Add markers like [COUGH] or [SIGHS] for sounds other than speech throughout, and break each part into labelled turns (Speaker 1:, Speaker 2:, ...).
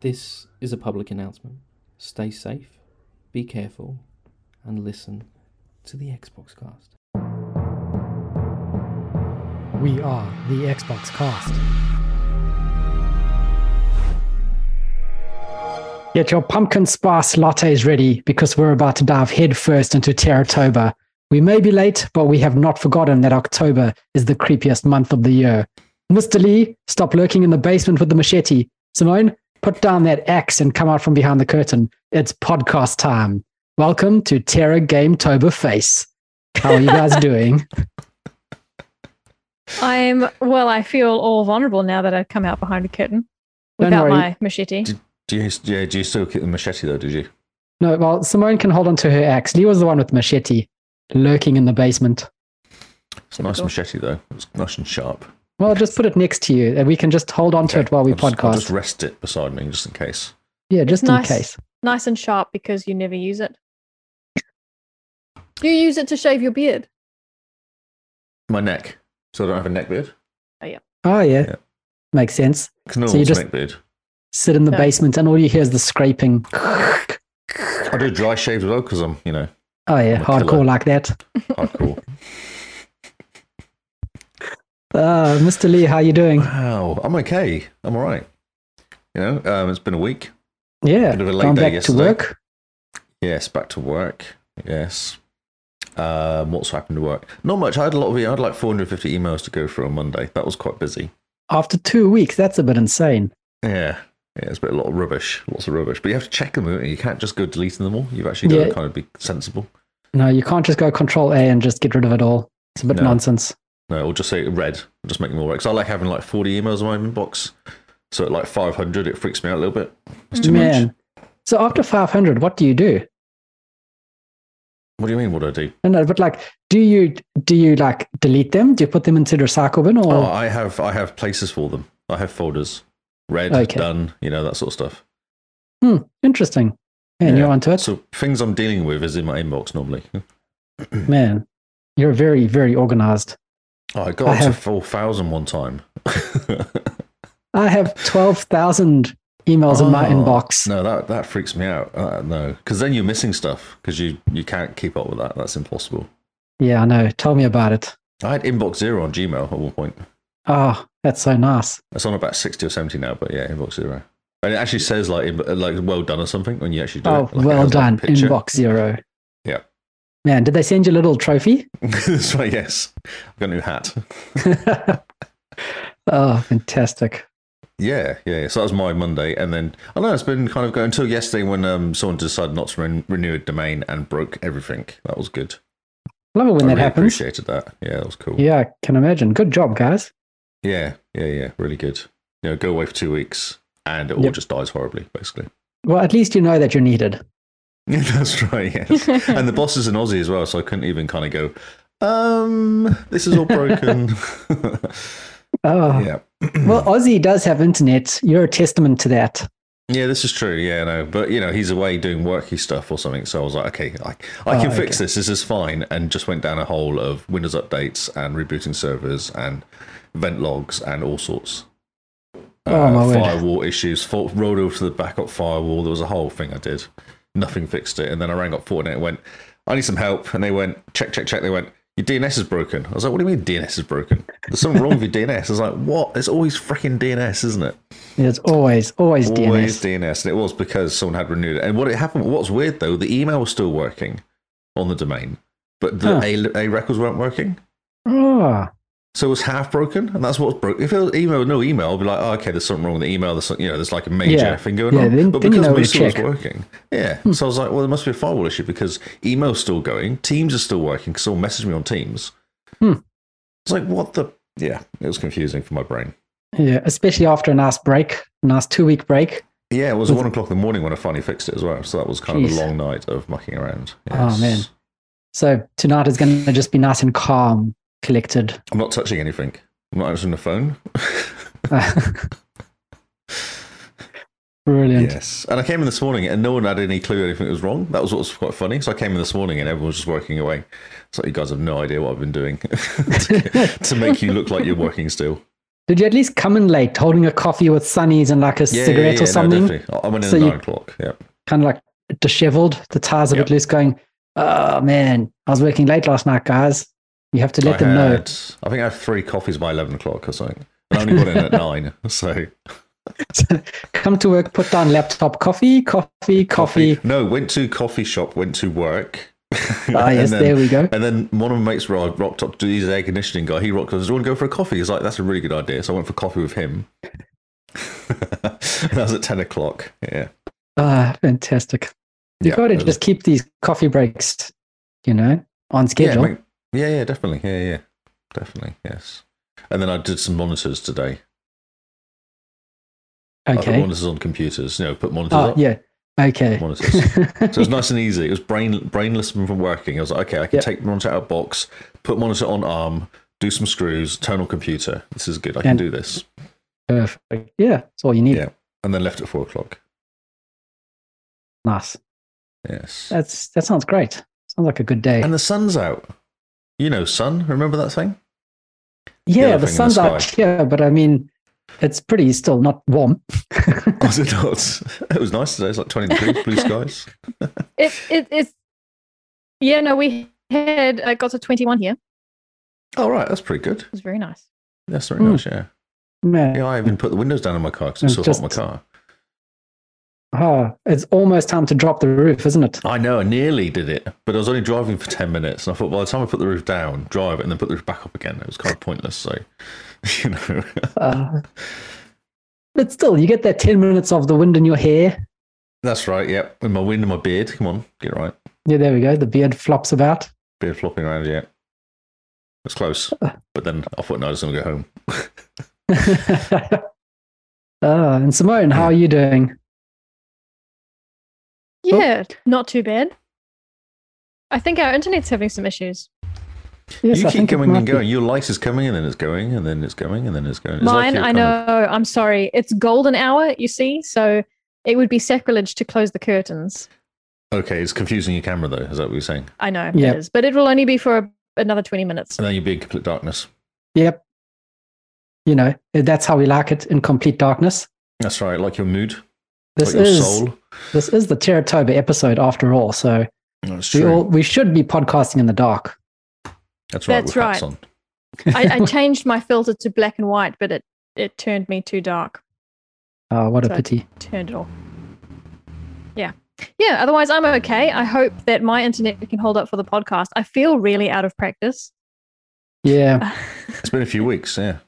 Speaker 1: This is a public announcement. Stay safe, be careful, and listen to the Xbox cast.
Speaker 2: We are the Xbox Cast. Get your pumpkin spice lattes ready because we're about to dive headfirst into Terratober. We may be late, but we have not forgotten that October is the creepiest month of the year. Mr. Lee, stop lurking in the basement with the machete. Simone, put down that axe and come out from behind the curtain. It's podcast time. Welcome to Terror Game Tober Face. How are you guys doing?
Speaker 3: I'm well. I feel all vulnerable now that I've come out behind a curtain
Speaker 2: Don't
Speaker 3: without
Speaker 2: worry.
Speaker 3: my machete.
Speaker 4: Do you, yeah, do you still keep the machete though? Did you?
Speaker 2: No, well, Simone can hold on to her axe. Lee was the one with machete, lurking in the basement.
Speaker 4: It's a nice
Speaker 3: Typical.
Speaker 4: machete though. It's nice and sharp.
Speaker 2: Well, just put it next to you, and we can just hold on to
Speaker 4: Okay,
Speaker 2: it while we
Speaker 4: I'll just- I'll
Speaker 2: podcast.
Speaker 4: just rest it beside me just in case.
Speaker 2: yeah, just
Speaker 3: Nice.
Speaker 2: in case.
Speaker 3: Nice and sharp because you never use it. You use it to shave your beard.
Speaker 4: My neck. So I don't have a neck beard.
Speaker 2: Oh yeah,
Speaker 4: Yeah.
Speaker 2: makes sense.
Speaker 4: Because no
Speaker 2: So you
Speaker 4: one wants a
Speaker 2: just-
Speaker 4: neck beard.
Speaker 2: Sit in the
Speaker 3: Yeah.
Speaker 2: basement, and all you hear is the
Speaker 4: [LAUGHS]
Speaker 2: scraping. oh
Speaker 4: I do dry shaves as well because I'm, you know,
Speaker 2: yeah,
Speaker 4: I'm a
Speaker 2: hardcore
Speaker 4: killer.
Speaker 2: like that.
Speaker 4: hardcore.
Speaker 2: Uh, Mr. Lee, how [LAUGHS] you
Speaker 4: [SIGHS]
Speaker 2: doing?
Speaker 4: wow, I'm okay. I'm all right. You know, um, it's been a week.
Speaker 2: Yeah,
Speaker 4: Bit of a late
Speaker 2: gone
Speaker 4: day
Speaker 2: back
Speaker 4: yesterday.
Speaker 2: to work.
Speaker 4: Yes, back to work. Yes. Um, what's happened to work? Not much. I had a lot of. e, I had like 450 emails to go through on Monday. That was quite busy.
Speaker 2: After two weeks, that's a bit insane.
Speaker 4: Yeah. Yeah, it's a, bit, a lot of rubbish, lots of rubbish. But you have to check them. don't You You can't just go deleting them all. You've actually got
Speaker 2: Yeah.
Speaker 4: to kind of be sensible.
Speaker 2: No, you can't just go Control A and just get rid of it all. It's a bit
Speaker 4: No.
Speaker 2: nonsense.
Speaker 4: No, or just say red. Just make them all red. Because I like having like 40 emails in my inbox. So at like 500, it freaks me out a little bit. It's too
Speaker 2: Man.
Speaker 4: much.
Speaker 2: So after 500, what do you do?
Speaker 4: What do you mean? What do I do?
Speaker 2: No, no, but like, do you do you like delete them? Do you put them into the recycle bin or?
Speaker 4: Oh, I have I have places for them. I have folders. Red,
Speaker 2: Okay.
Speaker 4: done, you know, that sort of stuff.
Speaker 2: Hmm, interesting. Man, you're
Speaker 4: Yeah.
Speaker 2: onto it.
Speaker 4: [CLEARS THROAT] So things I'm dealing with is in my inbox normally.
Speaker 2: Man, you're very very organized.
Speaker 4: Oh, I got
Speaker 2: I
Speaker 4: up to
Speaker 2: have-
Speaker 4: 4,000 one time. [LAUGHS]
Speaker 2: I have twelve thousand emails in my
Speaker 4: Oh,
Speaker 2: inbox.
Speaker 4: No, that that freaks me out. Uh, no, because then you're missing stuff because you you can't keep up with that. That's impossible.
Speaker 2: Yeah, I know. Tell me about it.
Speaker 4: I had inbox zero on Gmail at one point.
Speaker 2: Oh, that's so nice.
Speaker 4: It's on about sixty or seventy now, but yeah, inbox zero. And it actually says like in- like well done or something when you actually do
Speaker 2: Oh,
Speaker 4: it. Like, it
Speaker 2: well
Speaker 4: has, like, a
Speaker 2: done,
Speaker 4: picture.
Speaker 2: inbox zero.
Speaker 4: Yeah.
Speaker 2: Man, did they send you a little trophy? [LAUGHS]
Speaker 4: [LAUGHS] That's right. Yes, I've got a new hat.
Speaker 2: oh, fantastic.
Speaker 4: Yeah, yeah, yeah. So that was my Monday, and then I don't know it's been kind of going until yesterday when um someone decided not to ren- renew a domain and broke everything. That was good.
Speaker 2: Love it when
Speaker 4: I
Speaker 2: that
Speaker 4: really
Speaker 2: happens.
Speaker 4: appreciated that. Yeah, that was cool.
Speaker 2: Yeah, I can imagine. Good job, guys.
Speaker 4: Yeah, yeah, yeah. Really good. You know, go away for two weeks and it all
Speaker 2: Yep.
Speaker 4: just dies horribly, basically. [LAUGHS]
Speaker 2: Well, at least you know that you're needed.
Speaker 4: That's right, yes. and the boss is an Aussie as well, so I couldn't even kind of go, um, this is all broken. [LAUGHS]
Speaker 2: Oh,
Speaker 4: yeah.
Speaker 2: Well, Aussie does have internet. You're a testament to that.
Speaker 4: Yeah, this is true. Yeah, no, but you know, he's away doing worky stuff or something. So I was like, okay, I, I
Speaker 2: Oh,
Speaker 4: can fix
Speaker 2: okay.
Speaker 4: this. This is fine. And just went down a hole of Windows updates and rebooting servers and vent logs and all sorts. Uh,
Speaker 2: Oh, my word.
Speaker 4: firewall issues. Fault, rolled over to the backup firewall. There was a whole thing I did. Nothing fixed it. And then I rang up Fortinet and went, I need some help. And they went, check, check, check. They went, your DNS is broken. I was like, what do you mean DNS is broken? There's something wrong with your DNS. I was like, what? It's always freaking DNS, isn't it?
Speaker 2: It's always, always,
Speaker 4: always
Speaker 2: DNS.
Speaker 4: DNS. and it was because someone had renewed it. And what it happened, what's weird though, the email was still working on the domain, but the
Speaker 2: Huh.
Speaker 4: A, A records weren't working.
Speaker 2: Oh,
Speaker 4: So it was half broken, and that's what's broken. If it was email, no email, I'd be like, oh, okay, there's something wrong with the email. There's, some- you know, there's like a major
Speaker 2: Yeah.
Speaker 4: thing going
Speaker 2: Yeah,
Speaker 4: on.
Speaker 2: then-
Speaker 4: but
Speaker 2: then you
Speaker 4: because
Speaker 2: know where to
Speaker 4: most of it was
Speaker 2: check. Hmm.
Speaker 4: working, yeah. So I was like, well, there must be a firewall issue because email's still going, Teams is still working. Because someone messaged me on Teams.
Speaker 2: Hmm.
Speaker 4: It's like what the yeah, it was confusing for my brain.
Speaker 2: yeah. Especially after a nice break, a nice two week break.
Speaker 4: Yeah, it was
Speaker 2: Was
Speaker 4: one
Speaker 2: it-
Speaker 4: o'clock in the morning when I finally fixed it as well. So that was kind
Speaker 2: Jeez.
Speaker 4: of a long night of mucking around.
Speaker 2: Oh,
Speaker 4: Yes.
Speaker 2: man. So tonight is going to just be nice and calm, collected. [LAUGHS]
Speaker 4: I'm not touching anything. I'm not answering the phone.
Speaker 2: Brilliant.
Speaker 4: yes. And I came in this morning and no one had any clue anything was wrong. That was what was quite funny. So I came in this morning and everyone was just working away. [LAUGHS] So you guys have no idea what I've been doing to, to make you look like you're working still.
Speaker 2: Did you at least come in late holding a coffee with Sunnies and like a
Speaker 4: Yeah, yeah,
Speaker 2: [LAUGHS] cigarette
Speaker 4: yeah, no,
Speaker 2: or something?
Speaker 4: definitely. I I went in
Speaker 2: So
Speaker 4: at
Speaker 2: you-
Speaker 4: nine o'clock. Yeah.
Speaker 2: kind of like disheveled, the tires a
Speaker 4: Yep.
Speaker 2: bit loose, going, Oh man, I was working late last night, guys. You have to let
Speaker 4: I
Speaker 2: them know.
Speaker 4: had- I think I had three coffees by eleven o'clock or something. And I only got in at nine. [LAUGHS] So
Speaker 2: Come to work, put down laptop, coffee, coffee,
Speaker 4: [LAUGHS]
Speaker 2: coffee.
Speaker 4: No, went to coffee shop, went to work.
Speaker 2: [LAUGHS] Ah, yes,
Speaker 4: and,
Speaker 2: there
Speaker 4: then,
Speaker 2: we go.
Speaker 4: and then one of my mates ro- rocked up to he's an air conditioning guy. He rocked up, does anyone go for a coffee? He's like, that's a really good idea. So I went for coffee with him. [LAUGHS] that was at 10 o'clock. Yeah.
Speaker 2: Ah, fantastic. You
Speaker 4: Yeah, uh,
Speaker 2: got to
Speaker 4: it was-
Speaker 2: just keep these coffee breaks, you know, on schedule.
Speaker 4: Yeah, mate. yeah, yeah, definitely. Yeah, yeah. Definitely. Yes. And then I did some monitors today. I put
Speaker 2: okay.
Speaker 4: monitors on computers. You know, put monitors
Speaker 2: Oh,
Speaker 4: up.
Speaker 2: yeah. Okay.
Speaker 4: Monitors.
Speaker 2: [LAUGHS]
Speaker 4: So it was nice and easy. It was brain brainless from from working. I was like, okay, I can
Speaker 2: Yep.
Speaker 4: take monitor out of box, put monitor on arm, do some screws, turn on computer. This is good. I can
Speaker 2: And-
Speaker 4: do this.
Speaker 2: Perfect. Yeah, that's all you need.
Speaker 4: Yeah. And then left at four o'clock.
Speaker 2: Nice.
Speaker 4: Yes.
Speaker 2: That's that sounds great. Sounds like a good day.
Speaker 4: and the sun's out. You know, sun. Remember
Speaker 2: [LAUGHS]
Speaker 4: that thing?
Speaker 2: yeah, the
Speaker 4: yellow thing in the
Speaker 2: sun's out
Speaker 4: sky.
Speaker 2: here, but I mean, it's pretty still not warm.
Speaker 4: Was it not? [LAUGHS] It was nice today. It's like twenty
Speaker 2: [LAUGHS]
Speaker 4: degrees, blue skies.
Speaker 3: It, it, it's, yeah, no, we had, I got to 21 here. It
Speaker 4: All right, that's pretty good.
Speaker 3: was very nice.
Speaker 4: That's very
Speaker 2: Mm.
Speaker 4: nice. Yeah.
Speaker 2: Man,
Speaker 4: Yeah, I even put the windows down in my car because it's so
Speaker 2: And
Speaker 4: hot in my
Speaker 2: just-
Speaker 4: car.
Speaker 2: ah, it's almost time to drop the roof, isn't it?
Speaker 4: I know. I nearly did it, but I was only driving for ten minutes, and I thought by the time I put the roof down, drive it, and then put the roof back up again, it was kind of pointless. So, [LAUGHS] you know.
Speaker 2: Uh, but still, you get that ten minutes of the wind in your hair.
Speaker 4: That's right. Yep. And my wind and my beard. Come on, get it right.
Speaker 2: Yeah, there we go. The beard flops about. [LAUGHS]
Speaker 4: Beard flopping around. Yeah. It's close. But then I thought, no, I just want to go home.
Speaker 2: Ah, and Simone, how are you doing? Oh.
Speaker 3: Yeah, not too bad. I think our internet's having some issues.
Speaker 2: [LAUGHS] Yes,
Speaker 4: you
Speaker 2: I
Speaker 4: keep
Speaker 2: think it
Speaker 4: coming and
Speaker 2: might be.
Speaker 4: going. Your light is coming, and then it's going, and then it's going, and then it's going. It's like
Speaker 3: Mine,
Speaker 4: you're
Speaker 3: I
Speaker 4: kind
Speaker 3: know.
Speaker 4: of-
Speaker 3: I'm sorry. It's golden hour, you see, so it would be sacrilege to close the curtains.
Speaker 4: okay, it's confusing your camera though. Is that what you're saying?
Speaker 3: I know
Speaker 2: Yep.
Speaker 3: it is, but it will only be for a, another 20 minutes.
Speaker 4: And then you'd be in complete darkness.
Speaker 2: Yep. You know, that's how we like it in complete darkness.
Speaker 4: That's right. Like your mood,
Speaker 2: This
Speaker 4: like your
Speaker 2: is
Speaker 4: soul.
Speaker 2: this is the Terratoba episode after all, so
Speaker 4: That's
Speaker 2: we
Speaker 4: true.
Speaker 2: all we should be podcasting in the dark.
Speaker 4: That's right.
Speaker 3: That's
Speaker 4: with
Speaker 3: right.
Speaker 4: hats
Speaker 2: [LAUGHS]
Speaker 4: on.
Speaker 3: I, I changed my filter to black and white, but it, it turned me too dark.
Speaker 2: Oh, what a
Speaker 3: Sorry.
Speaker 2: pity.
Speaker 3: Turned it off. Yeah. Yeah. Otherwise, I'm okay. I hope that my internet can hold up for the podcast. I feel really out of practice. [LAUGHS]
Speaker 2: Yeah.
Speaker 4: It's been a few weeks. Yeah.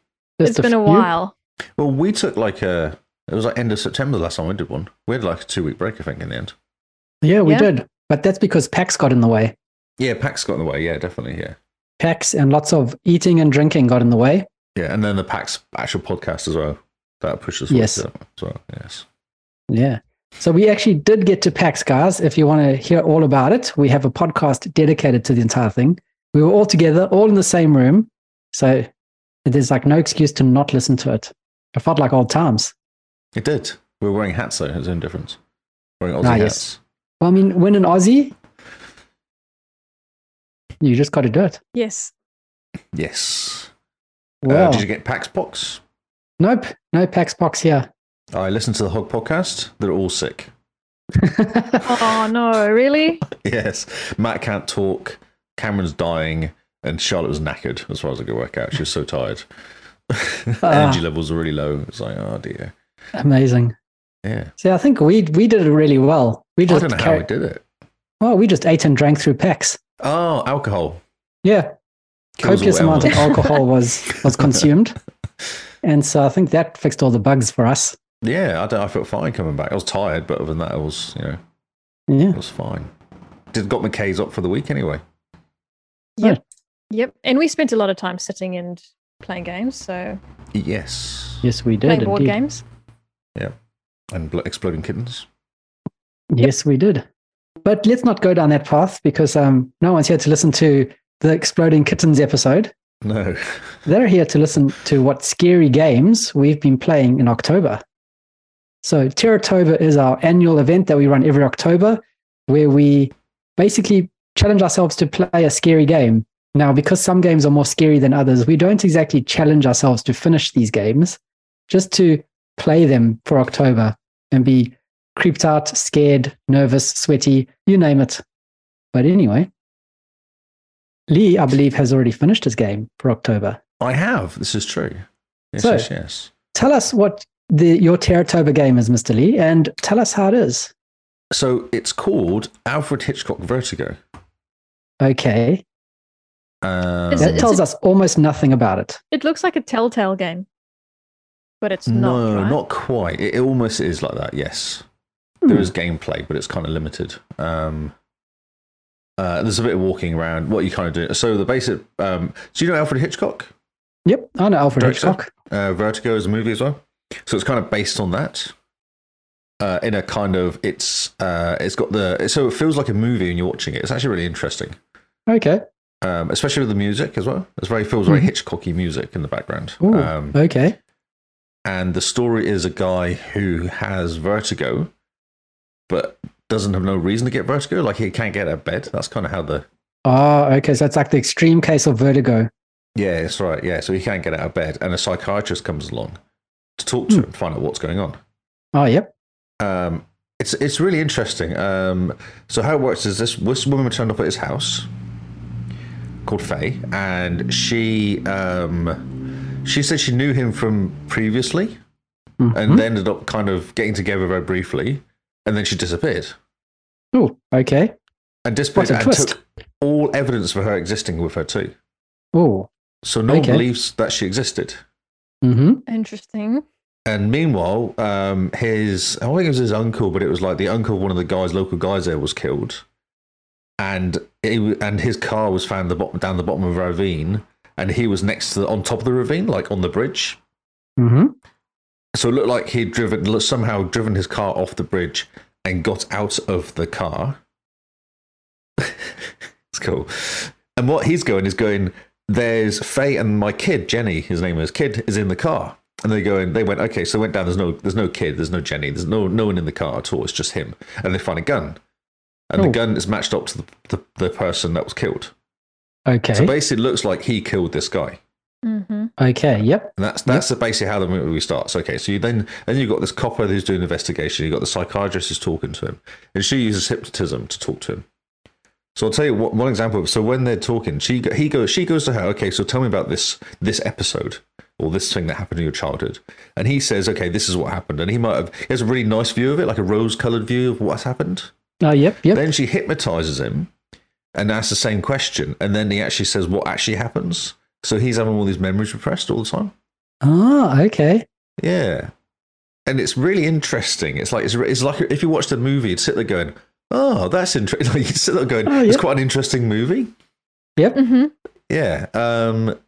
Speaker 2: just
Speaker 3: it's been a
Speaker 2: few.
Speaker 3: while.
Speaker 4: Well, we took like a. It was like end of September last time we did one. We had like a two week break, I think, in the end.
Speaker 2: Yeah, we
Speaker 3: Yeah.
Speaker 2: did. But that's because PAX got in the way.
Speaker 4: Yeah, PAX got in the way. Yeah, definitely. Yeah.
Speaker 2: PAX and lots of eating and drinking got in the way.
Speaker 4: Yeah, and then the PAX actual podcast as well. That pushed us.
Speaker 2: Yes.
Speaker 4: forward As well. Yes.
Speaker 2: Yeah. So we actually did get to PAX, guys. If you want to hear all about it, we have a podcast dedicated to the entire thing. We were all together, all in the same room. So there's like no excuse to not listen to it. It felt like old times.
Speaker 4: It did. We were wearing hats though. It's no difference. Wearing Aussie
Speaker 2: Ah,
Speaker 4: hats.
Speaker 2: yes. Well, I mean, when an Aussie, you just got to do it.
Speaker 3: Yes.
Speaker 4: Yes.
Speaker 2: Well,
Speaker 4: Uh, did you get PAX Pox?
Speaker 2: nope, no PAX box here. [LAUGHS]
Speaker 4: I listened to the Hog podcast. They're all sick. [LAUGHS]
Speaker 3: Oh, no. Really?
Speaker 4: Yes. Matt can't talk. Cameron's dying. And Charlotte was knackered as far as I could work out. She was so tired. [LAUGHS]
Speaker 2: Ah.
Speaker 4: Energy levels were really low. It's like, oh dear.
Speaker 2: Amazing.
Speaker 4: Yeah.
Speaker 2: See, I think we we did it really well. We
Speaker 4: I
Speaker 2: just
Speaker 4: don't know how
Speaker 2: carri-
Speaker 4: we did it.
Speaker 2: well, we just ate and drank through PAX.
Speaker 4: Oh, alcohol.
Speaker 2: Yeah,
Speaker 4: Kills
Speaker 2: copious
Speaker 4: all
Speaker 2: amount of
Speaker 4: ailments.
Speaker 2: alcohol was was consumed, and so I think that fixed all the bugs for us.
Speaker 4: [LAUGHS] Yeah, I, don't, I felt fine coming back. I was tired, but other than that, I was, you know,
Speaker 2: Yeah,
Speaker 4: it was fine. Did got McKay's up for the week anyway.
Speaker 3: Yep. And we spent a lot of time sitting and playing games, so
Speaker 4: Yes.
Speaker 2: yes, we
Speaker 3: playing
Speaker 2: did.
Speaker 3: board
Speaker 2: indeed.
Speaker 3: games.
Speaker 4: And blo- exploding kittens.
Speaker 2: Yes, we did. But let's not go down that path because um, no one's here to listen to the exploding kittens episode.
Speaker 4: No. [LAUGHS]
Speaker 2: They're here to listen to what scary games we've been playing in October. So, Terratoba is our annual event that we run every October where we basically challenge ourselves to play a scary game. Now, because some games are more scary than others, we don't exactly challenge ourselves to finish these games, just to play them for October and be creeped out, scared, nervous, sweaty, you name it. But anyway, Lee, I believe, has already finished his game for October.
Speaker 4: I have. This is true. Yes,
Speaker 2: So-
Speaker 4: yes, yes.
Speaker 2: Tell us what the, your Terratoba game is, Mr. Lee, and tell us how it is.
Speaker 4: So it's called Alfred Hitchcock Vertigo.
Speaker 2: Okay.
Speaker 4: Um,
Speaker 3: Is
Speaker 2: That
Speaker 3: it-
Speaker 2: tells
Speaker 3: a-
Speaker 2: us almost nothing about it.
Speaker 3: It looks like a Telltale game, but it's not.
Speaker 4: no,
Speaker 3: right?
Speaker 4: not quite. It, it almost is like that. Yes,
Speaker 3: Hmm.
Speaker 4: there is gameplay, but it's kind of limited. Um, uh, there's a bit of walking around. What you kind of do. So the basic. Um, so you know Alfred Hitchcock?
Speaker 2: Yep. I know Alfred
Speaker 4: Director?
Speaker 2: Hitchcock.
Speaker 4: uh, Vertigo is a movie as well. So it's kind of based on that. Uh, in a kind of it's uh, it's got the so it feels like a movie when you're watching it. It's actually really interesting,
Speaker 2: Okay.
Speaker 4: um, especially with the music as well. It's very feels very
Speaker 3: Mm-hmm.
Speaker 2: Mhm.
Speaker 4: Hitchcocky music in the background.
Speaker 2: Ooh,
Speaker 4: Um,
Speaker 2: okay.
Speaker 4: and the story is a guy who has vertigo, but doesn't have no reason to get vertigo. Like he can't get out of bed. That's kind of how the
Speaker 2: Oh, okay. So it's like the extreme case of vertigo.
Speaker 4: yeah, that's right. Yeah, so he can't get out of bed, and a psychiatrist comes along to talk to
Speaker 2: Hmm.
Speaker 4: him, find out what's going on.
Speaker 2: Oh, yep.
Speaker 4: um, it's it's really interesting. Um, so how it works is this: this woman turned up at his house called Faye, and she um, she said she knew him from previously,
Speaker 2: Mm-hmm. Hmm?
Speaker 4: and they ended up kind of getting together very briefly, and then she disappeared
Speaker 2: Oh, okay.
Speaker 4: and disappeared
Speaker 2: What a
Speaker 4: and
Speaker 2: twist.
Speaker 4: took all evidence for her existing with her too.
Speaker 2: Oh,
Speaker 4: So no one
Speaker 2: Okay.
Speaker 4: believes that she existed.
Speaker 2: mm-hmm.
Speaker 3: Interesting.
Speaker 4: And meanwhile, um, his I think it was his uncle, but it was like the uncle of one of the guys, local guys there, was killed, and he, w- and his car was found the bottom, down the bottom of a ravine, and he was next to the, on top of the ravine, like on the bridge.
Speaker 2: Mm-hmm.
Speaker 4: So it looked like he'd driven lo- somehow driven his car off the bridge and got out of the car. [LAUGHS] it's cool. And what he's going is going. There's Faye and my kid Jenny. His name is Kid is in the car, and they go and they went okay. So they went down. There's no there's no kid. There's no Jenny. There's no no one in the car at all. It's just him. And they find a gun, and
Speaker 2: Oh.
Speaker 4: the gun is matched up to the, the, the person that was killed.
Speaker 2: Okay.
Speaker 4: So basically, it looks like he killed this guy.
Speaker 3: Mm-hmm.
Speaker 2: okay. Yep.
Speaker 4: And that's that's basically how the movie starts. Okay, so you then then you've got this copper who's doing investigation. You've got the psychiatrist who's talking to him, and she uses hypnotism to talk to him. So I'll tell you what, one example. So when they're talking, she go- he goes she goes to her. Okay, so tell me about this this episode or this thing that happened in your childhood, and he says, okay, this is what happened, and he might have he has a really nice view of it, like a rose coloured view of what's happened.
Speaker 2: Oh, yep. Yep.
Speaker 4: Then she hypnotizes him and asks the same question, and then he actually says what actually happens. So he's having all these memories repressed all the time.
Speaker 2: Ah, okay.
Speaker 4: Yeah, and it's really interesting. It's like it's, it's like if you watched a movie, you'd sit there going, "Oh, that's interesting." [LAUGHS] Like you sit there going,
Speaker 2: Oh,
Speaker 4: "It's
Speaker 2: yeah.
Speaker 4: quite an interesting movie."
Speaker 2: Yep.
Speaker 3: Mm-hmm.
Speaker 4: Yeah. Um,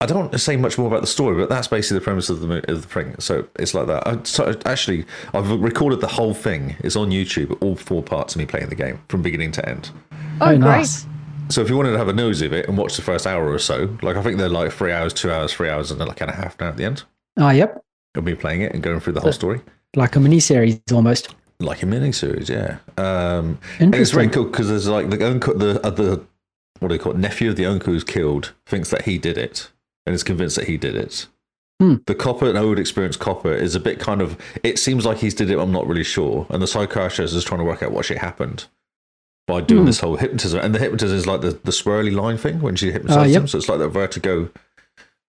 Speaker 4: I don't want to say much more about the story, but that's basically the premise of the mo- of the thing. So it's like that. I, so actually, I've recorded the whole thing. It's on YouTube. All four parts of me playing the game from beginning to end.
Speaker 3: Oh,
Speaker 2: Very
Speaker 3: great.
Speaker 2: nice.
Speaker 4: So if you wanted to have a nose of it and watch the first hour or so, like I think they're like three hours, two hours, three hours, and then like an hour and a half now at the end
Speaker 2: Ah, yep.
Speaker 4: of me playing it and going through the whole story,
Speaker 2: Like a miniseries almost.
Speaker 4: like a mini series, yeah. Um, and it's very
Speaker 2: Interesting.
Speaker 4: cool because there's like the uncle, the other, what do you call it, nephew of the uncle who's killed thinks that he did it and is convinced that he did it.
Speaker 2: Hmm.
Speaker 4: The copper, an old experienced copper, is a bit kind of. It seems like he's did it. but I'm not really sure. And the psychiatrist is trying to work out what actually happened by doing
Speaker 2: Hmm. Uh,
Speaker 4: this whole hypnotism. And the hypnotism is like the, the swirly line thing when she hypnotizes
Speaker 2: yep.
Speaker 4: him. So it's like that vertigo.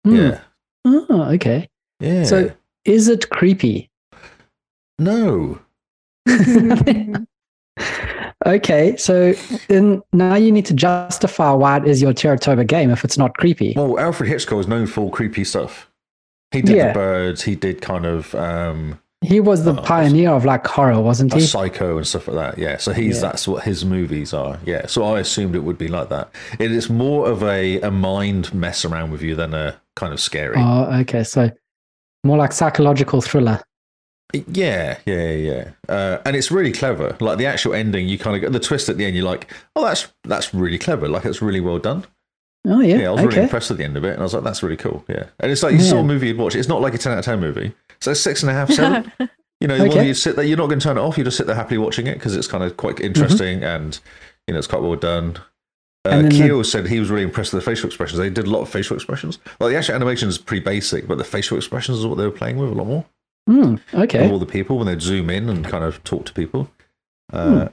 Speaker 2: Hmm.
Speaker 4: Yeah,
Speaker 2: Ah, okay.
Speaker 4: yeah.
Speaker 2: So is it
Speaker 3: [LAUGHS]
Speaker 2: creepy?
Speaker 4: no,
Speaker 3: [LAUGHS]
Speaker 2: Okay, so then now you need to justify why it is your Terratoba game if it's not creepy.
Speaker 4: Well, Alfred Hitchcock is known for creepy stuff. He did
Speaker 2: Yeah.
Speaker 4: the birds. He did kind of um,
Speaker 2: He was the
Speaker 4: Oh,
Speaker 2: pioneer of like horror, wasn't
Speaker 4: a
Speaker 2: he?
Speaker 4: psycho and stuff like that. Yeah, so he's
Speaker 2: Yeah.
Speaker 4: that's what his movies are. Yeah, so I assumed it would be like that. It is more of a, a mind mess around with you than a kind of scary.
Speaker 2: Oh, okay. So more like psychological thriller.
Speaker 4: yeah, yeah, yeah. Uh, and it's really clever. Like the actual ending, you kind of get the twist at the end. You're like, oh, that's that's really clever. Like it's really well done.
Speaker 2: Oh yeah.
Speaker 4: Yeah, I was
Speaker 2: okay.
Speaker 4: really impressed at the end of it, and I was like, that's really cool. Yeah, and it's like you saw a
Speaker 2: Man.
Speaker 4: movie you'd watch. It's not like a ten out of ten movie. So it's six and a half,
Speaker 2: [LAUGHS]
Speaker 4: seven. You know, the one
Speaker 2: Okay. Mm-hmm.
Speaker 4: you sit there, you're not going to turn it off. You just sit there happily watching it because it's kind of quite interesting and you know it's quite well done. Uh,
Speaker 2: And then the-
Speaker 4: Keo said he was really impressed with the facial expressions. They did a lot of facial expressions. Well, the actual animation is pretty basic, but the facial expressions is what they were playing with a lot more.
Speaker 2: Hmm,
Speaker 4: Of
Speaker 2: okay.
Speaker 4: all the people when they'd zoom in and kind of talk to people.
Speaker 2: Hmm.
Speaker 4: Uh,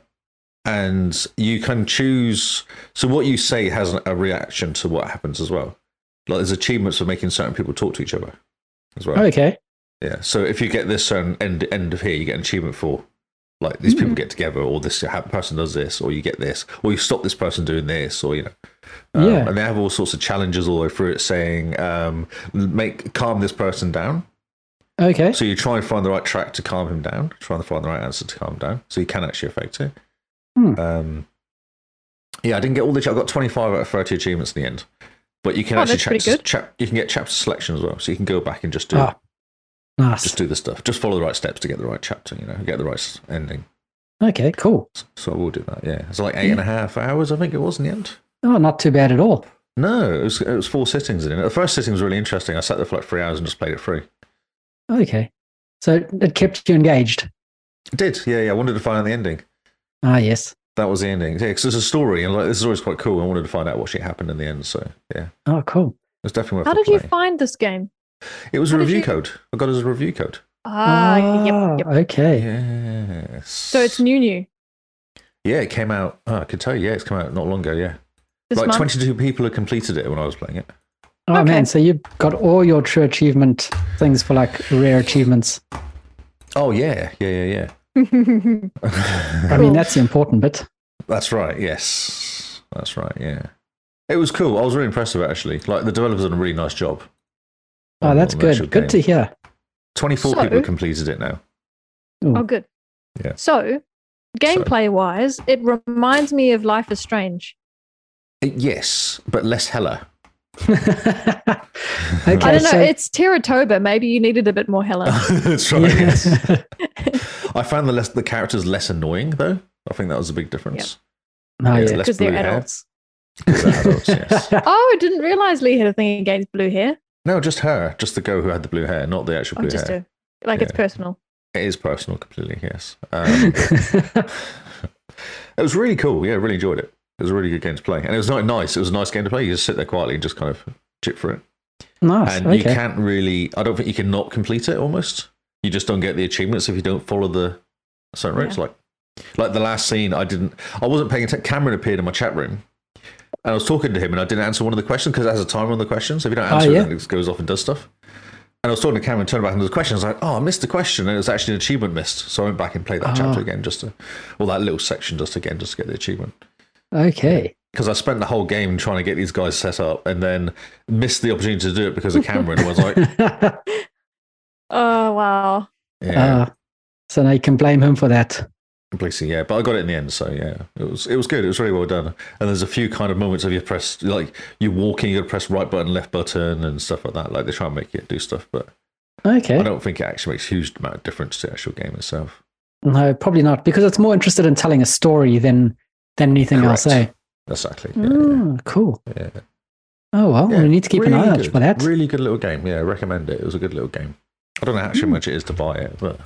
Speaker 4: And you can choose. So what you say has a reaction to what happens as well. Like there's achievements for making certain people talk to each other as well.
Speaker 2: Okay.
Speaker 4: Yeah. So if you get this certain end end of here, you get an achievement for like these
Speaker 3: Hmm.
Speaker 4: people get together, or this ha- person does this, or you get this, or you stop this person doing this, or you know. Um,
Speaker 2: Yeah.
Speaker 4: And they have all sorts of challenges all the way through it, saying um, make calm this person down.
Speaker 2: Okay.
Speaker 4: So you try and find the right track to calm him down, try and find the right answer to calm him down. So you can actually affect it.
Speaker 2: Hmm.
Speaker 4: Um, yeah, I didn't get all the. I got twenty five out of thirty achievements in the end, but you can
Speaker 3: Oh,
Speaker 4: actually
Speaker 3: that's pretty
Speaker 4: chapter,
Speaker 3: good.
Speaker 4: chap, you can get chapter selection as well. So you can go back and just do
Speaker 2: Ah,
Speaker 4: just
Speaker 2: Nice.
Speaker 4: do the stuff. Just follow the right steps to get the right chapter. You know, get the right s- ending.
Speaker 2: Okay, cool.
Speaker 4: S- So I will do that. Yeah, it's like eight and a half hours. I think it was in the end.
Speaker 2: Oh, not too bad at all.
Speaker 4: No, it was it was four sittings in it. The first sitting was really interesting. I sat there for like three hours and just played it through.
Speaker 2: Okay. So it kept you engaged.
Speaker 4: It did. Yeah, yeah. I wanted to find out the ending.
Speaker 2: Ah, yes.
Speaker 4: That was the ending. Yeah, because it's a story, and like this is always quite cool. I wanted to find out what shit happened in the end. So yeah, it
Speaker 2: Oh, cool.
Speaker 4: was definitely worth.
Speaker 3: How
Speaker 4: the
Speaker 3: did you
Speaker 4: play.
Speaker 3: find this game?
Speaker 4: It was a
Speaker 3: how did
Speaker 4: review
Speaker 3: you-
Speaker 4: code. I got it as a review code.
Speaker 3: Ah,
Speaker 2: Ah,
Speaker 3: yep, yep.
Speaker 2: Okay.
Speaker 4: Yes.
Speaker 3: So it's new, new
Speaker 4: Yeah, it came out. Oh, I could tell you. Yeah, it's come out not long ago. Yeah,
Speaker 3: this
Speaker 4: like
Speaker 3: month.
Speaker 4: twenty two people had completed it when I was playing it.
Speaker 2: Oh,
Speaker 3: Okay.
Speaker 2: man. So you've got all your true achievement things for like rare achievements.
Speaker 4: Oh yeah, yeah, yeah, yeah.
Speaker 2: I mean,
Speaker 3: Cool.
Speaker 2: that's the important bit.
Speaker 4: That's right. Yes, that's right. Yeah, it was cool. I was really impressed with it actually. Like the developers did a really nice job.
Speaker 2: Oh,
Speaker 4: on-
Speaker 2: that's
Speaker 4: on the actual
Speaker 2: good. Good
Speaker 4: game.
Speaker 2: to
Speaker 4: [LAUGHS]
Speaker 2: hear.
Speaker 4: Twenty-four
Speaker 3: So-
Speaker 4: people have completed it now.
Speaker 3: [LAUGHS] oh, good.
Speaker 4: Yeah.
Speaker 3: So, gameplay wise, it reminds me of Life is Strange.
Speaker 4: Uh, yes, but less hella. [LAUGHS]
Speaker 2: okay.
Speaker 3: I don't know.
Speaker 2: so-
Speaker 3: It's Terratoba. Maybe you needed a bit more
Speaker 4: [LAUGHS]
Speaker 3: Helen.
Speaker 4: that's
Speaker 2: [LAUGHS]
Speaker 4: right. Yes.
Speaker 2: Oh. Yeah.
Speaker 4: I found the less the characters less annoying though. I think that was a big difference.
Speaker 2: Oh,
Speaker 4: It's
Speaker 2: yeah.
Speaker 4: less
Speaker 3: because they're
Speaker 4: blue hair.
Speaker 3: adults.
Speaker 2: [LAUGHS]
Speaker 4: They're adults, yes.
Speaker 3: Oh, I didn't realize Lee had a thing against blue hair.
Speaker 4: No, just her, just the girl who had the blue hair, not the actual
Speaker 3: Oh,
Speaker 4: blue
Speaker 3: just
Speaker 4: hair.
Speaker 3: a, like it's
Speaker 4: Yeah.
Speaker 3: personal.
Speaker 4: It is personal, completely. Yes. Um, It was really cool. Yeah, I really enjoyed it. It was a really good game to play, and it was not nice. It was a nice game to play. You just sit there quietly and just kind of chip for it.
Speaker 2: nice.
Speaker 4: And you
Speaker 2: okay.
Speaker 4: can't really. I don't think you can not complete it. Almost, you just don't get the achievements if you don't follow the certain routes. Like, like the last scene, I didn't. I wasn't paying attention. Cameron appeared in my chat room, and I was talking to him, and I didn't answer one of the questions because it has a timer on the question. So if you don't
Speaker 2: Oh,
Speaker 4: answer,
Speaker 2: yeah.
Speaker 4: it, then it just goes off and does stuff. And I was talking to Cameron, turned back and the question. I was like, "Oh, I missed the question, and it was actually an achievement missed." So I went back and played that chapter
Speaker 2: Ah.
Speaker 4: again, just to, well, that little section just again, just to get the achievement
Speaker 2: okay. [LAUGHS]
Speaker 4: because I spent the whole game trying to get these guys set up and then missed the opportunity to do it because of Cameron was like,
Speaker 3: Oh wow.
Speaker 4: yeah,
Speaker 2: Ah, so now you can blame him for that.
Speaker 4: completely, yeah. But I got it in the end, so yeah, it was it was good. It was really well done. And there's a few kind of moments of you press like you're walking, you got to press right button, left button, and stuff like that. Like they try and make you do stuff, but I
Speaker 2: Okay.
Speaker 4: don't think it actually makes a huge amount of difference to the actual game itself.
Speaker 2: No, probably not, because it's more interested in telling a story than than anything else. Eh?
Speaker 4: Correct. Exactly. Yeah, yeah,
Speaker 2: Oh, cool.
Speaker 4: yeah.
Speaker 2: Oh well,
Speaker 4: Yeah,
Speaker 2: we need to keep an
Speaker 4: really
Speaker 2: eye out
Speaker 4: good.
Speaker 2: for that.
Speaker 4: Really good little game. Yeah, I recommend it. It was a good little game. I don't know how
Speaker 2: Mm.
Speaker 4: much it is to buy it, but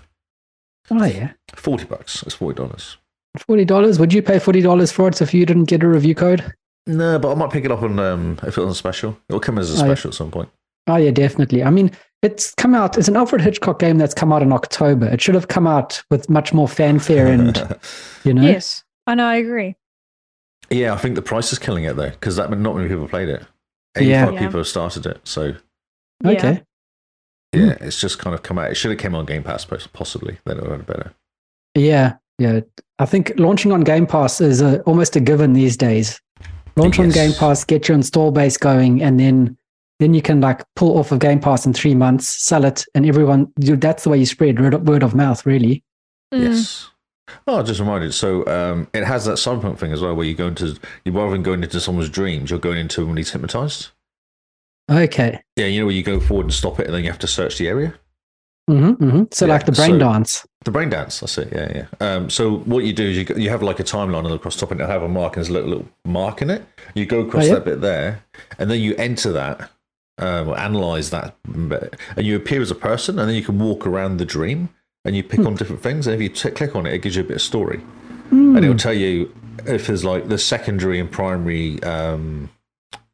Speaker 2: Oh yeah,
Speaker 4: forty bucks. It's forty dollars.
Speaker 2: forty dollars. Would you pay forty dollars for it if you didn't get a review code?
Speaker 4: No, but I might pick it up on um, if it was on special. It'll come as a
Speaker 2: Oh, yeah.
Speaker 4: special at some point.
Speaker 2: Oh yeah, definitely. I mean, it's come out. It's an Alfred Hitchcock game that's come out in October. It should have come out with much more fanfare
Speaker 4: [LAUGHS]
Speaker 2: and you know.
Speaker 3: Yes. I know. I agree.
Speaker 4: yeah, I think the price is killing it though, because that not many people played it.
Speaker 2: Yeah.
Speaker 4: Eighty-five
Speaker 3: Yeah.
Speaker 4: people have started it, so
Speaker 3: Yeah.
Speaker 2: Okay.
Speaker 4: yeah, it's just kind of come out. It should have came on Game Pass pos- possibly. Then it would have been better.
Speaker 2: Yeah, yeah. I think launching on Game Pass is a, almost a given these days. Launch on
Speaker 4: Yes.
Speaker 2: Game Pass, get your install base going, and then then you can like pull off of Game Pass in three months, sell it, and everyone. You, that's the way you spread word of, word of mouth, really.
Speaker 3: Mm.
Speaker 4: Yes. Oh, I just reminded. So um, it has that cyberpunk thing as well, where you go into you rather than going into someone's dreams, you're going into when he's hypnotized.
Speaker 2: Okay.
Speaker 4: Yeah, you know where you go forward and stop it, and then you have to search the area.
Speaker 2: hmm hmm So
Speaker 4: Yeah,
Speaker 2: like the brain
Speaker 4: so-
Speaker 2: dance.
Speaker 4: The brain dance, that's it. Yeah, yeah. Um, so what you do is you go- you have like a timeline on the cross top, and it'll have a mark, and there's a little, little mark in it. You go across
Speaker 2: Oh, yeah.
Speaker 4: that bit there, and then you enter that, um, or analyze that, bit, and you appear as a person, and then you can walk around the
Speaker 2: Hmm. Hmm.
Speaker 4: dream, and you pick on different things, and if you t- click on it, it gives you a bit of story, and it'll tell you if there's like the secondary and primary um,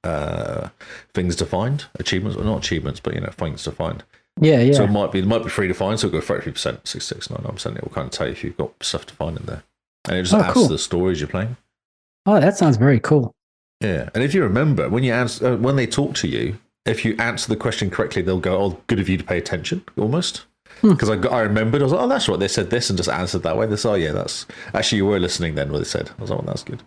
Speaker 4: uh, things defined, achievements or not achievements, but you know things defined.
Speaker 2: Yeah, yeah.
Speaker 4: So it might be it might be free to find. So it'll go thirty percent, six six nine nine percent. It will kind of tell you if you've got stuff to find in there, and it just
Speaker 2: Oh,
Speaker 4: adds
Speaker 2: cool.
Speaker 4: to the stories you're playing.
Speaker 2: oh, that sounds very cool.
Speaker 4: Yeah, and if you remember when you answer, uh, when they talk to you, if you answer the question correctly, they'll go, "Oh, good of you to pay attention." Almost
Speaker 2: Hmm.
Speaker 4: because I got, I remembered I was like, "Oh, that's right." They said this and just answered that way. They said, "Oh, yeah, that's actually you were listening then." What they said, I was like, "Well, that's good."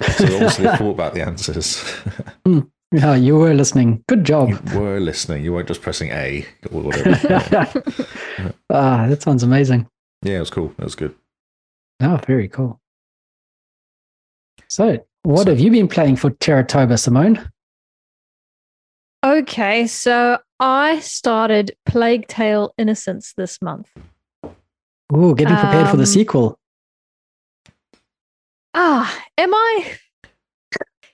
Speaker 2: [LAUGHS]
Speaker 4: So obviously they thought about the answers. [LAUGHS]
Speaker 2: Yeah, you were listening. Good job.
Speaker 4: were listening. You weren't just pressing A or whatever.
Speaker 2: [LAUGHS]
Speaker 4: yeah.
Speaker 2: ah, that sounds amazing.
Speaker 4: yeah, it was cool. That was good.
Speaker 2: Oh, very cool. So, what
Speaker 4: So-
Speaker 2: have you been playing for Terratoba, Simone?
Speaker 3: Okay, so I started Plague Tale Innocence this month.
Speaker 2: Ooh, getting prepared for the
Speaker 3: Um,
Speaker 2: sequel.
Speaker 3: Ah, am I?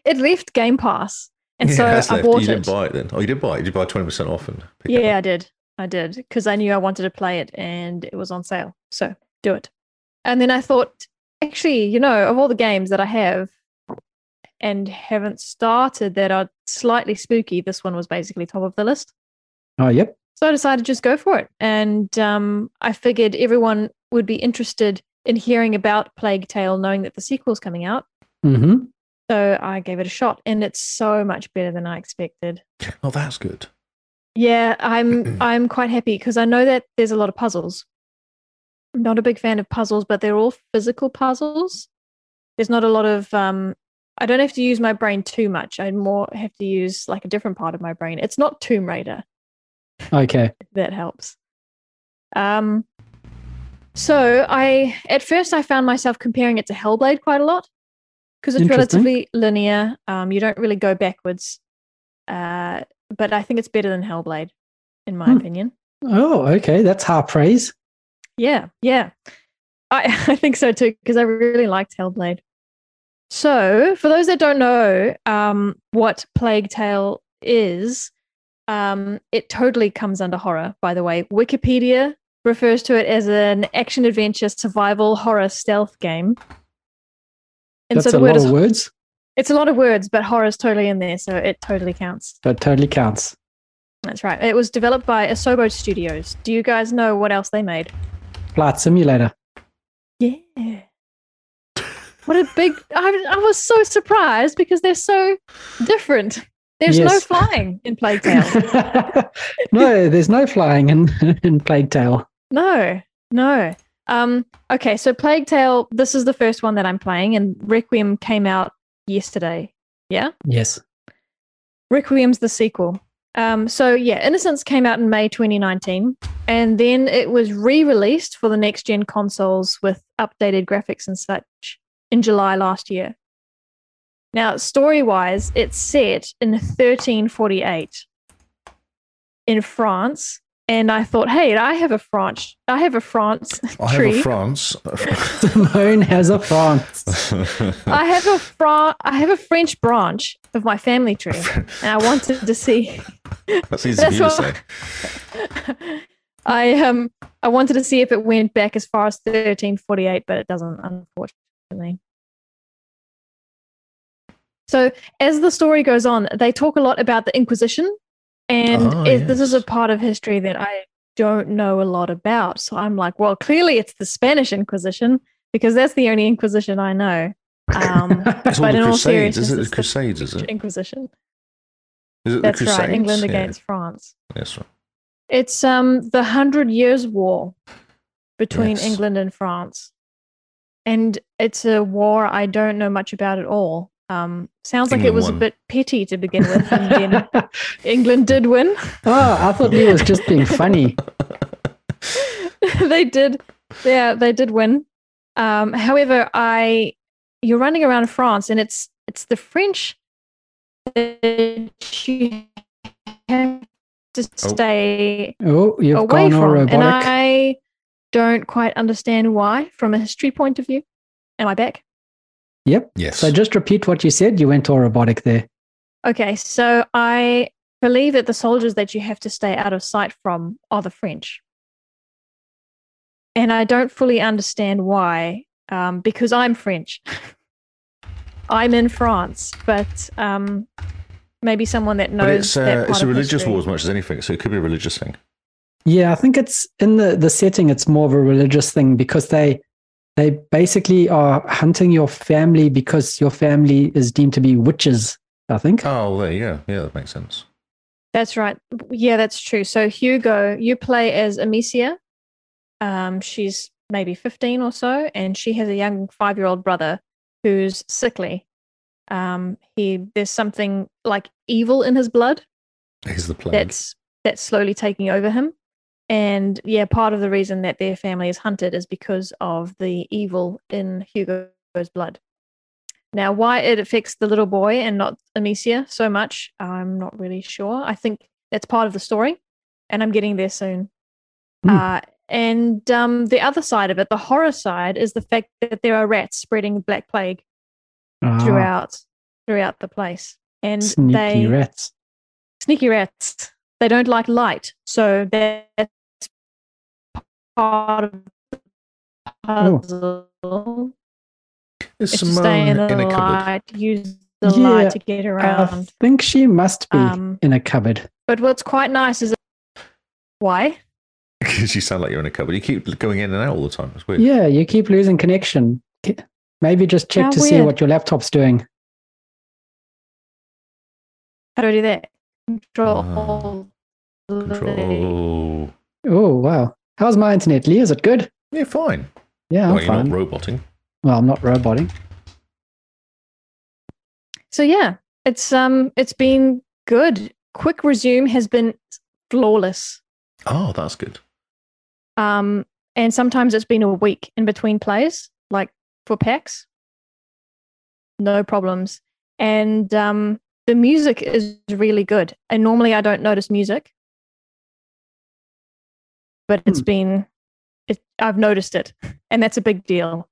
Speaker 3: It left Game Pass,
Speaker 4: [LAUGHS]
Speaker 3: and
Speaker 4: yeah,
Speaker 3: so
Speaker 4: that's
Speaker 3: I
Speaker 4: left.
Speaker 3: bought
Speaker 4: you
Speaker 3: it.
Speaker 4: didn't buy it then. Oh, you did buy it. You did buy twenty percent off and pick it
Speaker 3: yeah, I did. I did because I knew I wanted to play it, and it was on sale. So do it. And then I thought, actually, you know, of all the games that I have and haven't started that are slightly spooky, this one was basically top of the list.
Speaker 2: Oh, yep.
Speaker 3: So I decided to just go for it. And um, I figured everyone would be interested in hearing about Plague Tale, knowing that the sequel's coming out.
Speaker 2: hmm
Speaker 3: So I gave it a shot, and it's so much better than I expected.
Speaker 4: up. Oh, that's good.
Speaker 3: Yeah, I'm I'm quite happy because I know that there's a lot of puzzles. I'm not a big fan of puzzles, but they're all physical puzzles. There's not a lot of um I don't have to use my brain too much. I more have to use like a different part of my brain. It's not Tomb Raider.
Speaker 2: Okay.
Speaker 3: that helps. Um, so I at first I found myself comparing it to Hellblade quite a lot because it's
Speaker 2: Interesting.
Speaker 3: relatively linear. Um, you don't really go backwards, uh, but I think it's better than Hellblade, in my
Speaker 2: Hmm.
Speaker 3: opinion.
Speaker 2: Oh, okay. That's high praise.
Speaker 3: Yeah, yeah. I, [LAUGHS] I think so too, because I really liked Hellblade. So, for those that don't know um, what Plague Tale is, um, it totally comes under horror, by the way. Wikipedia refers to it as an action adventure survival horror stealth game. And
Speaker 2: That's
Speaker 3: so the
Speaker 2: a
Speaker 3: word
Speaker 2: lot
Speaker 3: is,
Speaker 2: of words,
Speaker 3: it's a lot of words, but horror is totally in there, so it totally counts.
Speaker 2: but totally counts.
Speaker 3: That's right. It was developed by Asobo Studios. Do you guys know what else they made?
Speaker 2: Flight Simulator.
Speaker 3: Yeah. What a big! I, I was so surprised because they're so different. There's no
Speaker 2: Yes.
Speaker 3: flying
Speaker 2: [LAUGHS]
Speaker 3: in Plague Tale.
Speaker 2: no, there's no flying in, in [LAUGHS] Plague Tale.
Speaker 3: no, no. Um. Okay, so Plague Tale. This is the first one that I'm playing, and Requiem came out yesterday.
Speaker 2: Yes. [LAUGHS]
Speaker 3: Requiem's the sequel. Um, so yeah, Innocence came out in May 2019, and then it was re-released for the next gen consoles with updated graphics and such in July last year. Now, story-wise, it's set in 1348 in France, and I thought, hey, I have a France, I have a France
Speaker 4: I have
Speaker 3: tree.
Speaker 4: a [LAUGHS] France.
Speaker 2: Simone has a France.
Speaker 3: I have a Fra- I have a French branch of my family tree, and I wanted to see.
Speaker 4: That's easy for you to
Speaker 3: That's
Speaker 4: say.
Speaker 3: I um I wanted to see if it went back as far as 1348, but it doesn't, unfortunately. So as the story goes on, they talk a lot about the Inquisition, and
Speaker 4: Ah,
Speaker 3: it- this is a
Speaker 4: yes.
Speaker 3: part of history that I don't know a lot about. So I'm like, well, clearly it's the Spanish Inquisition because that's the only Inquisition I know.
Speaker 4: [LAUGHS]
Speaker 3: Um,
Speaker 4: It's all
Speaker 3: But
Speaker 4: the
Speaker 3: in all
Speaker 4: Crusades. Is it
Speaker 3: seriousnness,
Speaker 4: the Crusades? Is it?
Speaker 3: Inquisition.
Speaker 4: Is it
Speaker 3: That's
Speaker 4: the Crusades?
Speaker 3: right, England
Speaker 4: Yeah,
Speaker 3: against France.
Speaker 4: That's right.
Speaker 3: It's um the Hundred Years' War between
Speaker 4: Yes.
Speaker 3: England and France, and it's a war I don't know much about at all. Um, sounds like it
Speaker 4: England
Speaker 3: was
Speaker 4: won.
Speaker 3: a bit petty to begin
Speaker 4: [LAUGHS]
Speaker 3: with, and then England did win.
Speaker 2: [LAUGHS]
Speaker 3: [LAUGHS]
Speaker 2: Oh, I thought Lee was just being funny.
Speaker 3: they did, yeah, they did win. Um, however, I you're running around France, and it's it's the French that you have to stay
Speaker 2: Oh, you've
Speaker 3: away
Speaker 2: gone all
Speaker 3: from.
Speaker 2: robotic.
Speaker 3: And I don't quite understand why, from a history point of view. Am I back?
Speaker 2: Yep.
Speaker 4: Yes.
Speaker 2: So just repeat what you said. You went all robotic there.
Speaker 3: Okay, so I believe that the soldiers that you have to stay out of sight from are the French. And I don't fully understand why, um, because I'm French. [LAUGHS] I'm in France, but um, maybe someone that knows.
Speaker 4: But it's
Speaker 3: that
Speaker 4: uh,
Speaker 3: part
Speaker 4: it's a
Speaker 3: of
Speaker 4: religious
Speaker 3: history.
Speaker 4: war as much as anything, so it could be a religious thing.
Speaker 2: Yeah, I think it's in the the setting. It's more of a religious thing because they they basically are hunting your family because your family is deemed to be witches. I think.
Speaker 4: Oh, there you go. Yeah, that makes sense.
Speaker 3: That's right. Yeah, that's true. So Hugo, you play as Amicia. Um, she's maybe fifteen or so, and she has a young five-year-old brother who's sickly. Um, he there's something like evil in his blood
Speaker 4: Here's the plague.
Speaker 3: that's that's slowly taking over him. And yeah, part of the reason that their family is hunted is because of the evil in Hugo's blood. Now, why it affects the little boy and not Amicia so much, I'm not really sure. I think that's part of the story, and I'm getting there soon.
Speaker 2: Hmm.
Speaker 3: Uh, and um, the other side of it, the horror side, is the fact that there are rats spreading black plague
Speaker 2: Ah,
Speaker 3: throughout throughout the place, and
Speaker 2: sneaky
Speaker 3: they
Speaker 2: rats.
Speaker 3: sneaky rats. They don't like light, so that's part of the
Speaker 2: Oh.
Speaker 3: puzzle.
Speaker 4: Is
Speaker 3: It's to stay in
Speaker 4: Simone
Speaker 3: the
Speaker 4: um, in a cupboard? [LAUGHS]
Speaker 3: light,
Speaker 4: Uh,
Speaker 3: use the
Speaker 2: Yeah,
Speaker 3: light to get
Speaker 2: I
Speaker 3: around.
Speaker 2: think she must be
Speaker 3: Um,
Speaker 2: in a cupboard.
Speaker 3: but what's quite nice is why?
Speaker 4: Because you sound like you're in a cupboard. You keep going in and out all the time. It's weird.
Speaker 2: Yeah, you keep losing connection. K- Maybe just check
Speaker 3: How
Speaker 2: to see
Speaker 3: weird.
Speaker 2: what your laptop's doing.
Speaker 3: How do I do that? Control.
Speaker 4: Wow. Uh, Control.
Speaker 2: Oh wow, how's my internet, Lee? Is it good?
Speaker 4: Yeah, fine.
Speaker 2: Yeah, I'm
Speaker 4: well, you're
Speaker 2: fine.
Speaker 4: not roboting.
Speaker 2: well, I'm not roboting.
Speaker 3: So yeah, it's um, it's been good. Quick resume has been flawless.
Speaker 4: Oh, that's good.
Speaker 3: Um, and sometimes it's been a week in between plays, like for PAX. No problems. And um, the music is really good. And normally I don't notice music, but it's
Speaker 2: Hmm.
Speaker 3: been, it, I've noticed it. [LAUGHS] And that's a big deal.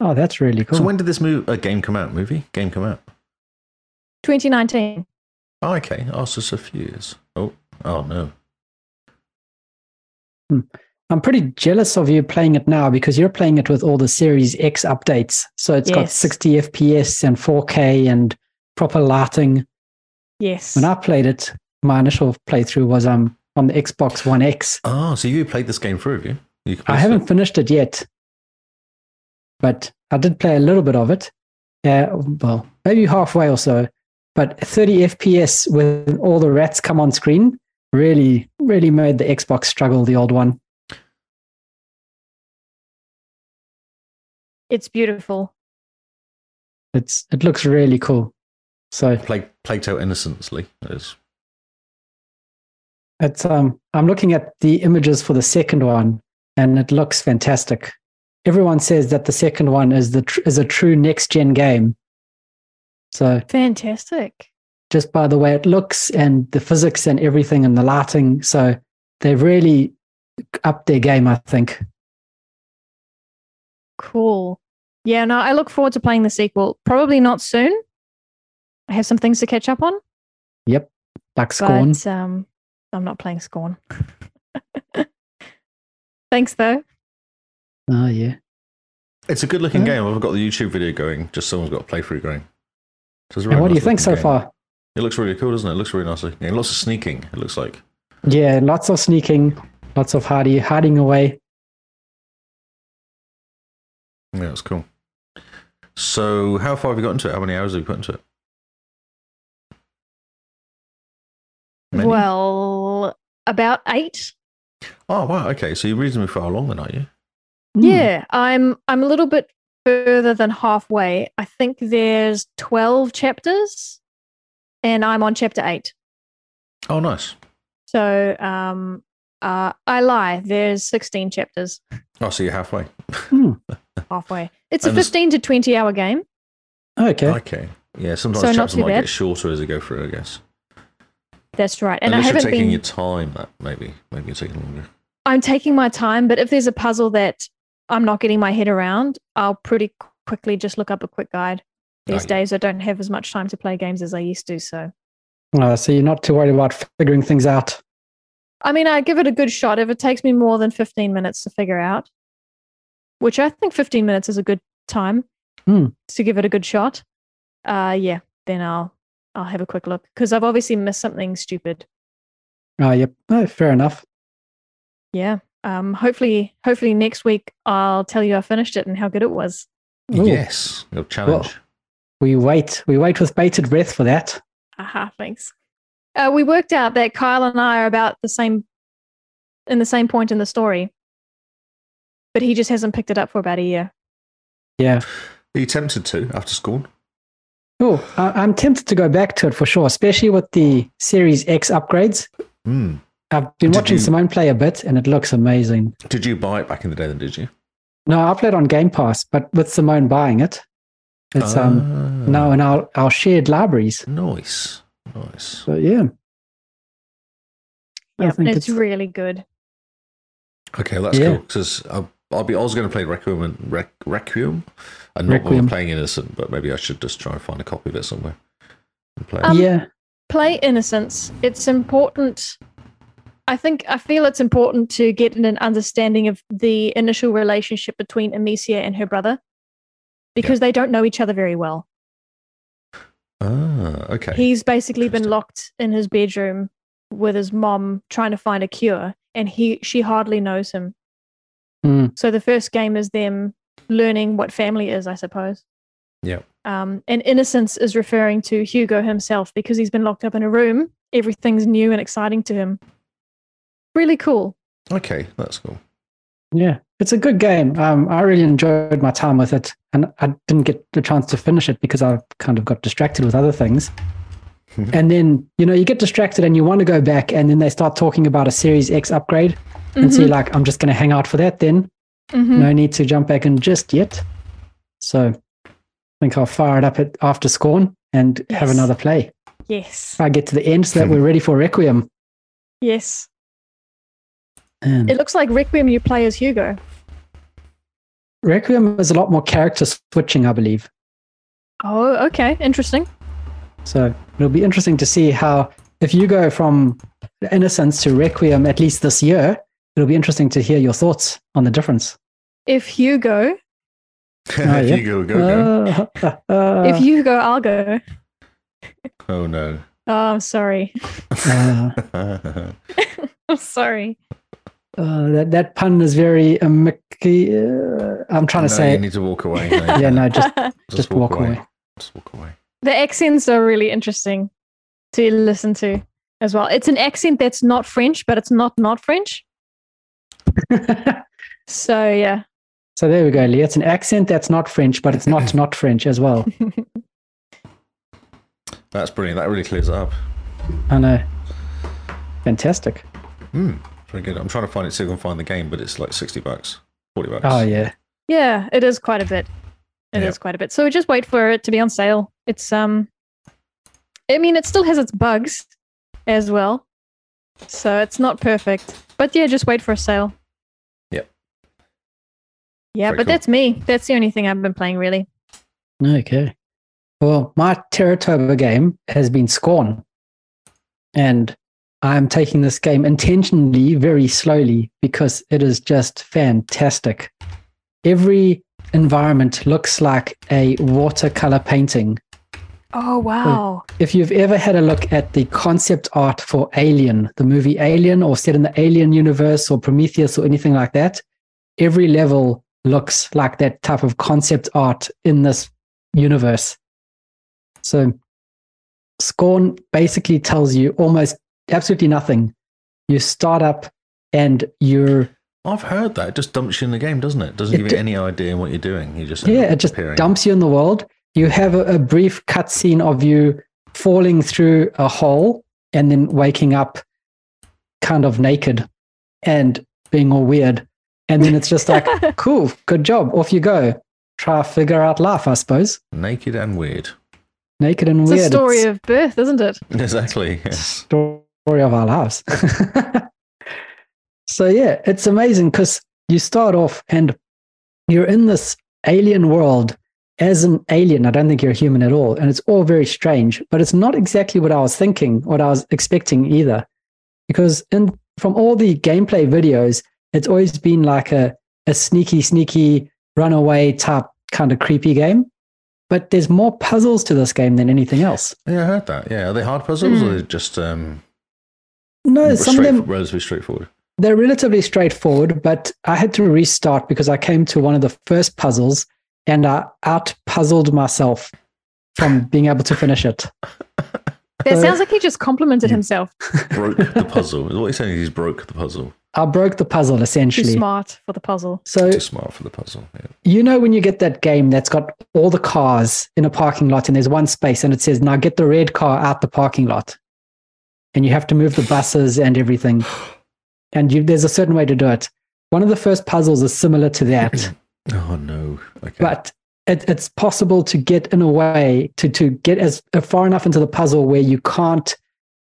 Speaker 2: Oh, that's really cool.
Speaker 4: So when did this move, uh, game come out? Movie? Game come out?
Speaker 3: 2019.
Speaker 4: Oh, okay. Oh, so it's a few years. Oh, oh no.
Speaker 2: I'm pretty jealous of you playing it now because you're playing it with all the Series X updates. So it's got
Speaker 3: Yes.
Speaker 2: 60 FPS and 4K and proper lighting.
Speaker 3: Yes.
Speaker 2: When I played it, my initial playthrough was um on the Xbox One X.
Speaker 4: Oh, so you played this game through, have you? you
Speaker 2: I haven't finished it yet, but I did play a little bit of it. Uh, well, maybe halfway or so. But 30 FPS with all the rats come on screen really, really made the Xbox struggle, the old one.
Speaker 3: it's beautiful.
Speaker 2: It's It looks really cool. So
Speaker 4: played Plagued Out Innocently. That is-
Speaker 2: It's um I'm looking at the images for the second one and it looks fantastic. Everyone says that the second one is the tr- is a true next gen game. So
Speaker 3: Fantastic.
Speaker 2: just by the way it looks and the physics and everything and the lighting, so they've really upped their game, I think.
Speaker 3: Cool. Yeah, no, I look forward to playing the sequel. Probably not soon. I have some things to catch up on.
Speaker 2: Yep, like Scorn.
Speaker 3: But um, I'm not playing Scorn. [LAUGHS] Thanks, though.
Speaker 2: oh yeah,
Speaker 4: It's a good looking
Speaker 2: Yeah.
Speaker 4: game. I've got the YouTube video going. Just someone's got a playthrough going. So it's a
Speaker 2: and
Speaker 4: really
Speaker 2: what do you
Speaker 4: nice
Speaker 2: think so
Speaker 4: looking game.
Speaker 2: far?
Speaker 4: It looks really cool, doesn't it? It looks really nice. looking game. Lots of sneaking, it looks like.
Speaker 2: Yeah, lots of sneaking, lots of hiding, hiding away.
Speaker 4: Yeah, it's cool. So, how far have you got into it? How many hours have you put into it? Many?
Speaker 3: Well, about eight.
Speaker 4: oh wow, okay. So you're reasonably far along then, aren't you? Hmm.
Speaker 2: Mm.
Speaker 3: Yeah, I'm. I'm a little bit further than halfway. I think there's twelve chapters, and I'm on chapter eight.
Speaker 4: Oh, nice.
Speaker 3: So, um, uh, I lie. There's sixteen chapters
Speaker 4: Oh, so you're halfway.
Speaker 2: Mm.
Speaker 3: halfway. It's a
Speaker 4: And this-
Speaker 3: fifteen to twenty hour game.
Speaker 2: Okay.
Speaker 4: Okay. Yeah. Sometimes
Speaker 3: So not
Speaker 4: chapters
Speaker 3: too
Speaker 4: might get
Speaker 3: bad.
Speaker 4: shorter as they go through. I guess.
Speaker 3: That's right, and I
Speaker 4: Unless you're
Speaker 3: haven't
Speaker 4: taking
Speaker 3: been.
Speaker 4: your time, that maybe maybe you're taking longer.
Speaker 3: I'm taking my time, but if there's a puzzle that I'm not getting my head around, I'll pretty qu- quickly just look up a quick guide. These
Speaker 4: Right.
Speaker 3: days, I don't have as much time to play games as I used to. So,
Speaker 2: Uh, so you're not too worried about figuring things out.
Speaker 3: I mean, I give it a good shot. If it takes me more than 15 minutes to figure out, which I think 15 minutes is a good time,
Speaker 2: Hmm.
Speaker 3: to give it a good shot, uh, yeah, then I'll I'll have a quick look because I've obviously missed something stupid.
Speaker 2: Ah, yep. Oh, fair enough.
Speaker 3: Yeah. Um, hopefully, hopefully next week I'll tell you I finished it and how good it was.
Speaker 2: Ooh.
Speaker 4: Yes, a challenge.
Speaker 2: We wait. We wait with bated breath for that.
Speaker 3: Aha, thanks. Uh, we worked out that Kyle and I are about the same in the same point in the story, but he just hasn't picked it up for about a year.
Speaker 2: Yeah.
Speaker 4: Are you tempted to after school?
Speaker 2: Oh, I- I'm tempted to go back to it for sure, especially with the Series X upgrades.
Speaker 4: Hmm.
Speaker 2: I've been
Speaker 4: Did
Speaker 2: watching
Speaker 4: you-
Speaker 2: Simone play a bit, and it looks amazing.
Speaker 4: Did you buy it back in the day? Then did you?
Speaker 2: No, I played on Game Pass, but with Simone buying it, it's um
Speaker 4: Ah,
Speaker 2: now in our, our shared libraries.
Speaker 4: Nice, nice.
Speaker 2: So yeah. I
Speaker 3: Yeah,
Speaker 2: think
Speaker 3: it's, really good.
Speaker 4: Okay, well, that's
Speaker 2: Yeah.
Speaker 4: cool because I'll, I'll be. I was going to play Requiem and Re- Requiem, and not bother
Speaker 2: Requiem.
Speaker 4: playing Innocent, but maybe I should just try and find a copy of it somewhere and play. it.
Speaker 3: Um,
Speaker 2: yeah.
Speaker 3: Play Innocence. It's important. I think I feel it's important to get an understanding of the initial relationship between Amicia and her brother because they don't know each other very well.
Speaker 4: ah, okay.
Speaker 3: He's basically been
Speaker 4: Interesting.
Speaker 3: locked in his bedroom with his mom trying to find a cure, and he she hardly knows him.
Speaker 2: Hmm.
Speaker 3: So the first game is them learning what family is, I suppose.
Speaker 4: Yeah.
Speaker 3: Um, and innocence is referring to Hugo himself because he's been locked up in a room. Everything's new and exciting to him. Really cool.
Speaker 4: okay, that's cool. [LAUGHS]
Speaker 2: Yeah, it's a good game. Um, I really enjoyed my time with it, and I didn't get the chance to finish it because I kind of got distracted with other things. and then you know you get distracted and you want to go back, and then they start talking about a Series X upgrade, and so
Speaker 3: Mhm,
Speaker 2: you're like, I'm just going to hang out for that. Then
Speaker 3: mhm.
Speaker 2: no need to jump back in just yet. So I think I'll fire it up at, after Scorn and have
Speaker 3: Yes.
Speaker 2: another play.
Speaker 3: Yes.
Speaker 2: I get to the end so that we're ready for Requiem.
Speaker 3: Yes.
Speaker 2: And
Speaker 3: It looks like Requiem you play as Hugo.
Speaker 2: Requiem is a lot more character switching, I believe.
Speaker 3: Oh, okay. Interesting.
Speaker 2: So it'll be interesting to see how, if you go from Innocence to Requiem, at least this year, it'll be interesting to hear your thoughts on the difference.
Speaker 3: If Hugo, Oh,
Speaker 2: yeah.
Speaker 4: if you go, go, go.
Speaker 2: Uh, [LAUGHS] uh,
Speaker 3: if Hugo, I'll go.
Speaker 4: oh no.
Speaker 3: Oh, I'm sorry. [LAUGHS]
Speaker 2: uh,
Speaker 3: I'm sorry.
Speaker 2: uh, that, that pun is very uh, Mickey. Uh, I'm trying to
Speaker 4: No,
Speaker 2: say,
Speaker 4: you need to walk away.
Speaker 2: [LAUGHS]
Speaker 4: No, you
Speaker 2: yeah,
Speaker 4: can't.
Speaker 2: no, just
Speaker 3: [LAUGHS]
Speaker 2: just walk away.
Speaker 4: Just walk away.
Speaker 3: the accents are really interesting to listen to as well. It's an accent that's not French, but it's not not French. So yeah,
Speaker 2: so there we go, Lee. It's an accent that's not French, but it's not not French as well.
Speaker 4: That's brilliant. That really clears it up.
Speaker 2: I know. Fantastic.
Speaker 4: Hmm. Very good. I'm trying to find it, see if I can find the game, but it's like 60 bucks, 40 bucks.
Speaker 2: Oh yeah,
Speaker 3: yeah, it is quite a bit. It is
Speaker 4: Yeah.
Speaker 3: quite a bit. So just wait for it to be on sale. It's um, I mean, it still has its bugs as well, so it's not perfect. But yeah, just wait for a sale.
Speaker 4: Yep.
Speaker 3: Yeah,
Speaker 4: Very
Speaker 3: but
Speaker 4: cool.
Speaker 3: that's me. That's the only thing I've been playing really.
Speaker 2: Okay. Well, my Terratoba game has been Scorn. And I'm taking this game intentionally very slowly because it is just fantastic. Every environment looks like a watercolor painting.
Speaker 3: Oh wow!
Speaker 2: If you've ever had a look at the concept art for Alien, the movie Alien, or set in the Alien universe, or Prometheus, or anything like that, every level looks like that type of concept art in this universe. So, Scorn basically tells you almost absolutely nothing. You start up and you're
Speaker 4: I've heard that. It just dumps you in the game, doesn't it? Doesn't
Speaker 2: It
Speaker 4: give
Speaker 2: d-
Speaker 4: you any idea what you're doing. You just end
Speaker 2: yeah
Speaker 4: up
Speaker 2: it just
Speaker 4: appearing.
Speaker 2: dumps you in the world you have a, a brief cutscene of you falling through a hole and then waking up kind of naked and being all weird and then it's just
Speaker 3: [LAUGHS]
Speaker 4: [LAUGHS]
Speaker 2: like cool good job off you go try figure out life i suppose
Speaker 4: naked and weird. [LAUGHS]
Speaker 2: naked and
Speaker 3: It's
Speaker 2: weird
Speaker 3: a story
Speaker 2: it's
Speaker 3: of birth, isn't it?
Speaker 4: Exactly.
Speaker 2: the
Speaker 4: Yes.
Speaker 2: story of our lives [LAUGHS] so yeah it's amazing because you start off and you're in this alien world as an alien. I don't think you're a human at all. And it's all very strange, but it's not exactly what I was thinking, what I was expecting either. Because in from all the gameplay videos, it's always been like a, a sneaky, sneaky runaway type kind of creepy game. but there's more puzzles to this game than anything else.
Speaker 4: Yeah, I heard that. Yeah, are they hard puzzles or are they just um,
Speaker 2: No, Hmm. some of
Speaker 4: straight-
Speaker 2: them
Speaker 4: relatively straightforward?
Speaker 2: they're relatively straightforward, but I had to restart because I came to one of the first puzzles and I out puzzled myself from being able to finish it.
Speaker 3: That
Speaker 2: Uh,
Speaker 3: sounds like he just complimented himself.
Speaker 4: Broke the puzzle. What he's saying is he's broke the puzzle.
Speaker 2: I broke the puzzle
Speaker 3: Too
Speaker 2: essentially.
Speaker 3: smart for the puzzle.
Speaker 2: So
Speaker 4: Too smart for the puzzle. Yeah.
Speaker 2: you know when you get that game that's got all the cars in a parking lot and there's one space and it says now get the red car out the parking lot and you have to move the buses and everything and you, there's a certain way to do it one of the first puzzles is similar to
Speaker 4: [LAUGHS]
Speaker 2: that
Speaker 4: Oh no. Okay.
Speaker 2: but it, it's possible to get in a way to, to get as uh, far enough into the puzzle where you can't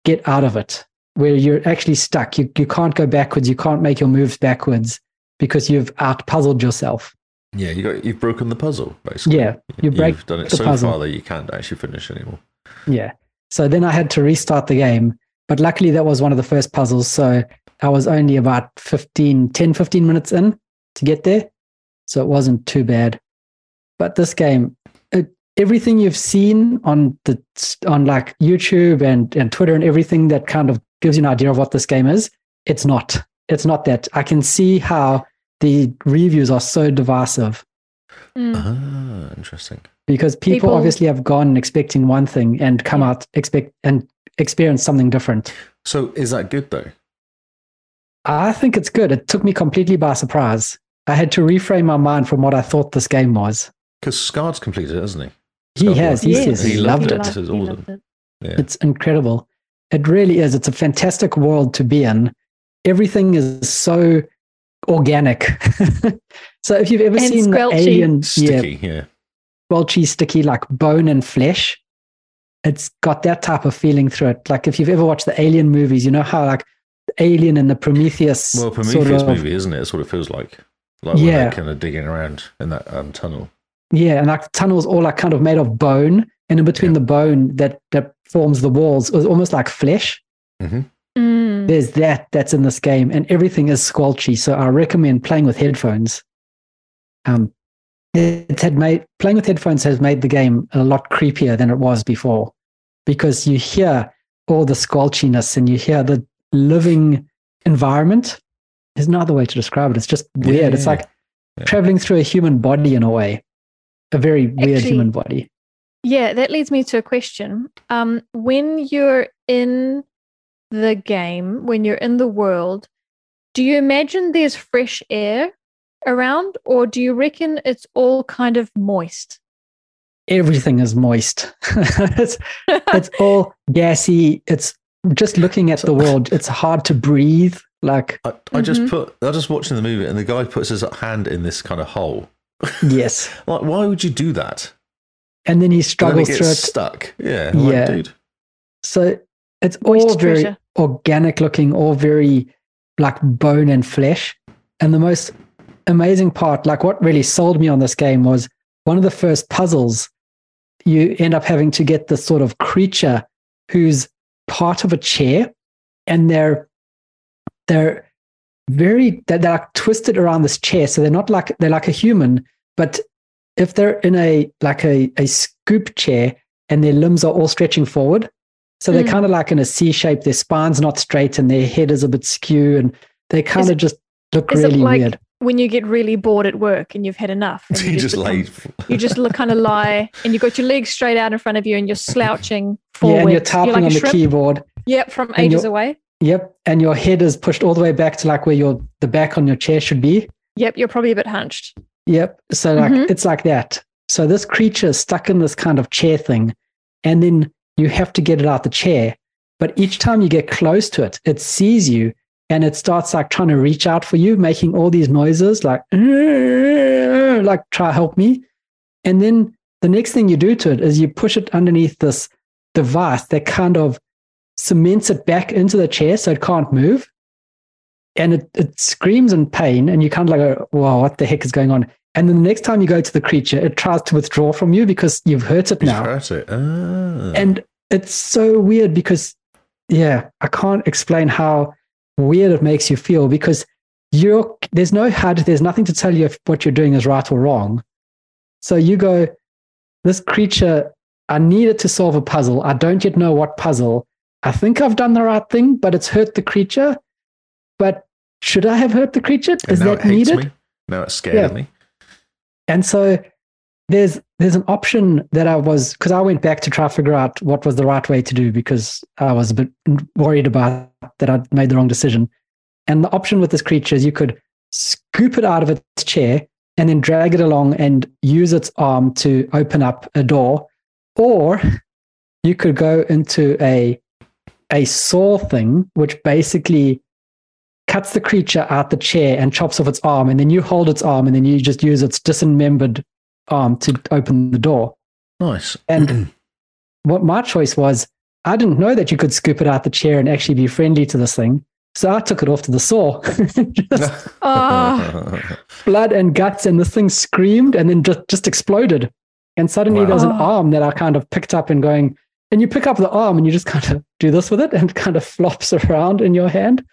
Speaker 2: get out of it where you're actually stuck you, you can't go backwards you can't make your moves backwards because you've out puzzled yourself
Speaker 4: yeah, you got you've broken the puzzle basically.
Speaker 2: yeah you break
Speaker 4: have done it
Speaker 2: the
Speaker 4: so
Speaker 2: puzzle.
Speaker 4: far that you can't actually finish anymore.
Speaker 2: Yeah. So then I had to restart the game. But luckily, that was one of the first puzzles. So I was only about 15, 10, 15 minutes in to get there. So it wasn't too bad. But this game, it, everything you've seen on the on like YouTube and, and Twitter and everything that kind of gives you an idea of what this game is, it's not. It's not that. I can see how the reviews are so divisive
Speaker 3: Mm.
Speaker 4: Ah, interesting.
Speaker 2: because people,
Speaker 3: People-
Speaker 2: obviously have gone expecting one thing and come out expect and experience something different.
Speaker 4: So is that good though?
Speaker 2: I think it's good. It took me completely by surprise. I had to reframe my mind from what I thought this game was.
Speaker 4: Because Scar's completed it, hasn't he?
Speaker 2: He has, he
Speaker 4: Yes,
Speaker 2: says he loved it.
Speaker 4: This is
Speaker 3: He
Speaker 4: awesome.
Speaker 3: loved it.
Speaker 4: Yeah.
Speaker 2: It's incredible. It really is. It's a fantastic world to be in. Everything is so organic. [LAUGHS] so if you've ever
Speaker 3: And
Speaker 2: seen
Speaker 3: squelchy.
Speaker 2: Alien, yeah,
Speaker 4: Sticky, yeah.
Speaker 2: squelchy, sticky, like bone and flesh. It's got that type of feeling through it. Like if you've ever watched the Alien movies, you know how like Alien and the Prometheus.
Speaker 4: Well,
Speaker 2: sort
Speaker 4: Prometheus
Speaker 2: of-
Speaker 4: movie, isn't it? That's what it feels like. Like when
Speaker 2: Yeah.
Speaker 4: they're kind of digging around in that um, tunnel.
Speaker 2: Yeah, and like the tunnels all are kind of made of bone, and in between
Speaker 4: Yeah.
Speaker 2: the bone that that forms the walls is almost like flesh.
Speaker 3: Mm.
Speaker 4: Mm-hmm.
Speaker 2: There's that that's in this game, and everything is squelchy. So I recommend playing with headphones. Um, it had made playing with headphones has made the game a lot creepier than it was before, because you hear all the squelchiness and you hear the living environment. There's no other way to describe it. It's just
Speaker 4: Yeah,
Speaker 2: weird.
Speaker 4: yeah,
Speaker 2: it's
Speaker 4: yeah.
Speaker 2: like
Speaker 4: Yeah.
Speaker 2: traveling through a human body in a way, a very weird
Speaker 3: Actually-
Speaker 2: human body.
Speaker 3: Yeah, that leads me to a question. Um, when you're in the game, when you're in the world, do you imagine there's fresh air around, or do you reckon it's all kind of moist?
Speaker 2: everything is moist. [LAUGHS] it's, it's all gassy. It's just looking at the world. It's hard to breathe. Like,
Speaker 4: I, I just
Speaker 2: Mm-hmm.
Speaker 3: Mhm.
Speaker 4: put, I was just watching the movie and the guy puts his hand in this kind of hole.
Speaker 2: yes.
Speaker 4: Like, why would you do that?
Speaker 2: And then he
Speaker 4: And then it
Speaker 2: struggles
Speaker 4: gets
Speaker 2: through it.
Speaker 4: stuck. Yeah. like,
Speaker 2: Yeah.
Speaker 4: dude. [LAUGHS]
Speaker 2: So it's
Speaker 3: Moist
Speaker 2: all very
Speaker 3: treasure.
Speaker 2: organic looking, all very like bone and flesh. And the most amazing part, like what really sold me on this game was one of the first puzzles, you end up having to get this sort of creature who's part of a chair and they're they're very they're, they're like twisted around this chair. So they're not like they're like a human, but if they're in a like a, a scoop chair and their limbs are all stretching forward, so they're
Speaker 3: Mm.
Speaker 2: kind of like in a C shape. Their spine's not straight and their head is a bit skew, and they kind
Speaker 3: Is
Speaker 2: of just look
Speaker 3: is it
Speaker 2: really
Speaker 3: like-
Speaker 2: weird.
Speaker 3: [LAUGHS] When you get really bored at work and you've had enough, and
Speaker 4: So [LAUGHS]
Speaker 2: [LAUGHS]
Speaker 4: you just
Speaker 3: become-
Speaker 4: lay. [LAUGHS]
Speaker 3: you just look, kind of lie, and you've got your legs straight out in front of you, and you're slouching forward.
Speaker 2: Yeah, and you're
Speaker 3: like
Speaker 2: tapping
Speaker 3: a
Speaker 2: on the
Speaker 3: shrimp.
Speaker 2: keyboard.
Speaker 3: Yep, from
Speaker 2: and
Speaker 3: ages
Speaker 2: you're-
Speaker 3: away.
Speaker 2: Yep, and your head is pushed all the way back to like where your the back on your chair should be.
Speaker 3: Yep, you're probably a bit hunched.
Speaker 2: Yep. So like
Speaker 3: Mhm.
Speaker 2: it's like that. So this creature is stuck in this kind of chair thing, and then you have to get it out the chair. But each time you get close to it, it sees you and it starts like trying to reach out for you, making all these noises like like try help me. And then the next thing you do to it is you push it underneath this device that kind of cements it back into the chair so it can't move. And it, it screams in pain, and you kind of like, go, wow, what the heck is going on? And then the next time you go to the creature, it tries to withdraw from you because you've hurt it
Speaker 4: You
Speaker 2: now.
Speaker 4: hurt it. Ah.
Speaker 2: And it's so weird because, yeah, I can't explain how weird it makes you feel because you're there's no HUD, there's nothing to tell you if what you're doing is right or wrong. So you go, this creature, I needed to solve a puzzle. I don't yet know what puzzle. I think I've done the right thing, but it's hurt the creature. But should I have hurt the creature?
Speaker 4: And
Speaker 2: Is
Speaker 4: now
Speaker 2: that
Speaker 4: it hates
Speaker 2: needed?
Speaker 4: me. Now it's scared
Speaker 2: Yeah.
Speaker 4: of me.
Speaker 2: And so there's there's an option that I was because I went back to try to figure out what was the right way to do because I was a bit worried about that I'd made the wrong decision. And the option with this creature is you could scoop it out of its chair and then drag it along and use its arm to open up a door, or you could go into a a saw thing which basically cuts the creature out the chair and chops off its arm, and then you hold its arm, and then you just use its dismembered arm to open the door.
Speaker 4: Nice.
Speaker 2: And what my choice was, I didn't know that you could scoop it out the chair and actually be friendly to this thing. So I took it off to the saw. [LAUGHS] just
Speaker 3: [LAUGHS] Ah,
Speaker 4: [LAUGHS]
Speaker 2: blood and guts, and this thing screamed and then just, just exploded. And suddenly
Speaker 4: Wow.
Speaker 2: there was an
Speaker 3: Ah.
Speaker 2: arm that I kind of picked up and going, and you pick up the arm and you just kind of do this with it and [LAUGHS] it kind of flops around in your hand.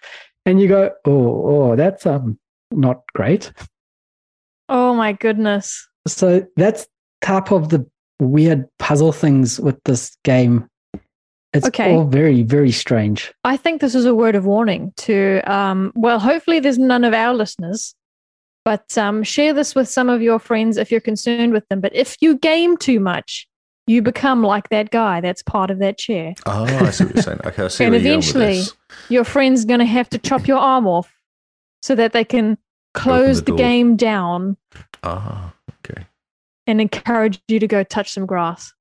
Speaker 2: And you go, oh, oh, that's um, not great.
Speaker 3: oh my goodness.
Speaker 2: So that's type of the weird puzzle things with this game. It's
Speaker 3: Okay.
Speaker 2: all very, very strange.
Speaker 3: I think this is a word of warning to, um, well, hopefully there's none of our listeners, but um, share this with some of your friends if you're concerned with them. But if you game too much, you become like that guy that's part of that chair.
Speaker 4: oh, I see what you're saying. Okay, I see
Speaker 3: And
Speaker 4: where you're going with
Speaker 3: eventually,
Speaker 4: this.
Speaker 3: Your friend's going to have to chop your arm off so that they can close
Speaker 4: the
Speaker 3: the,
Speaker 4: door.
Speaker 3: game down
Speaker 4: Ah, okay.
Speaker 3: and encourage you to go touch some grass.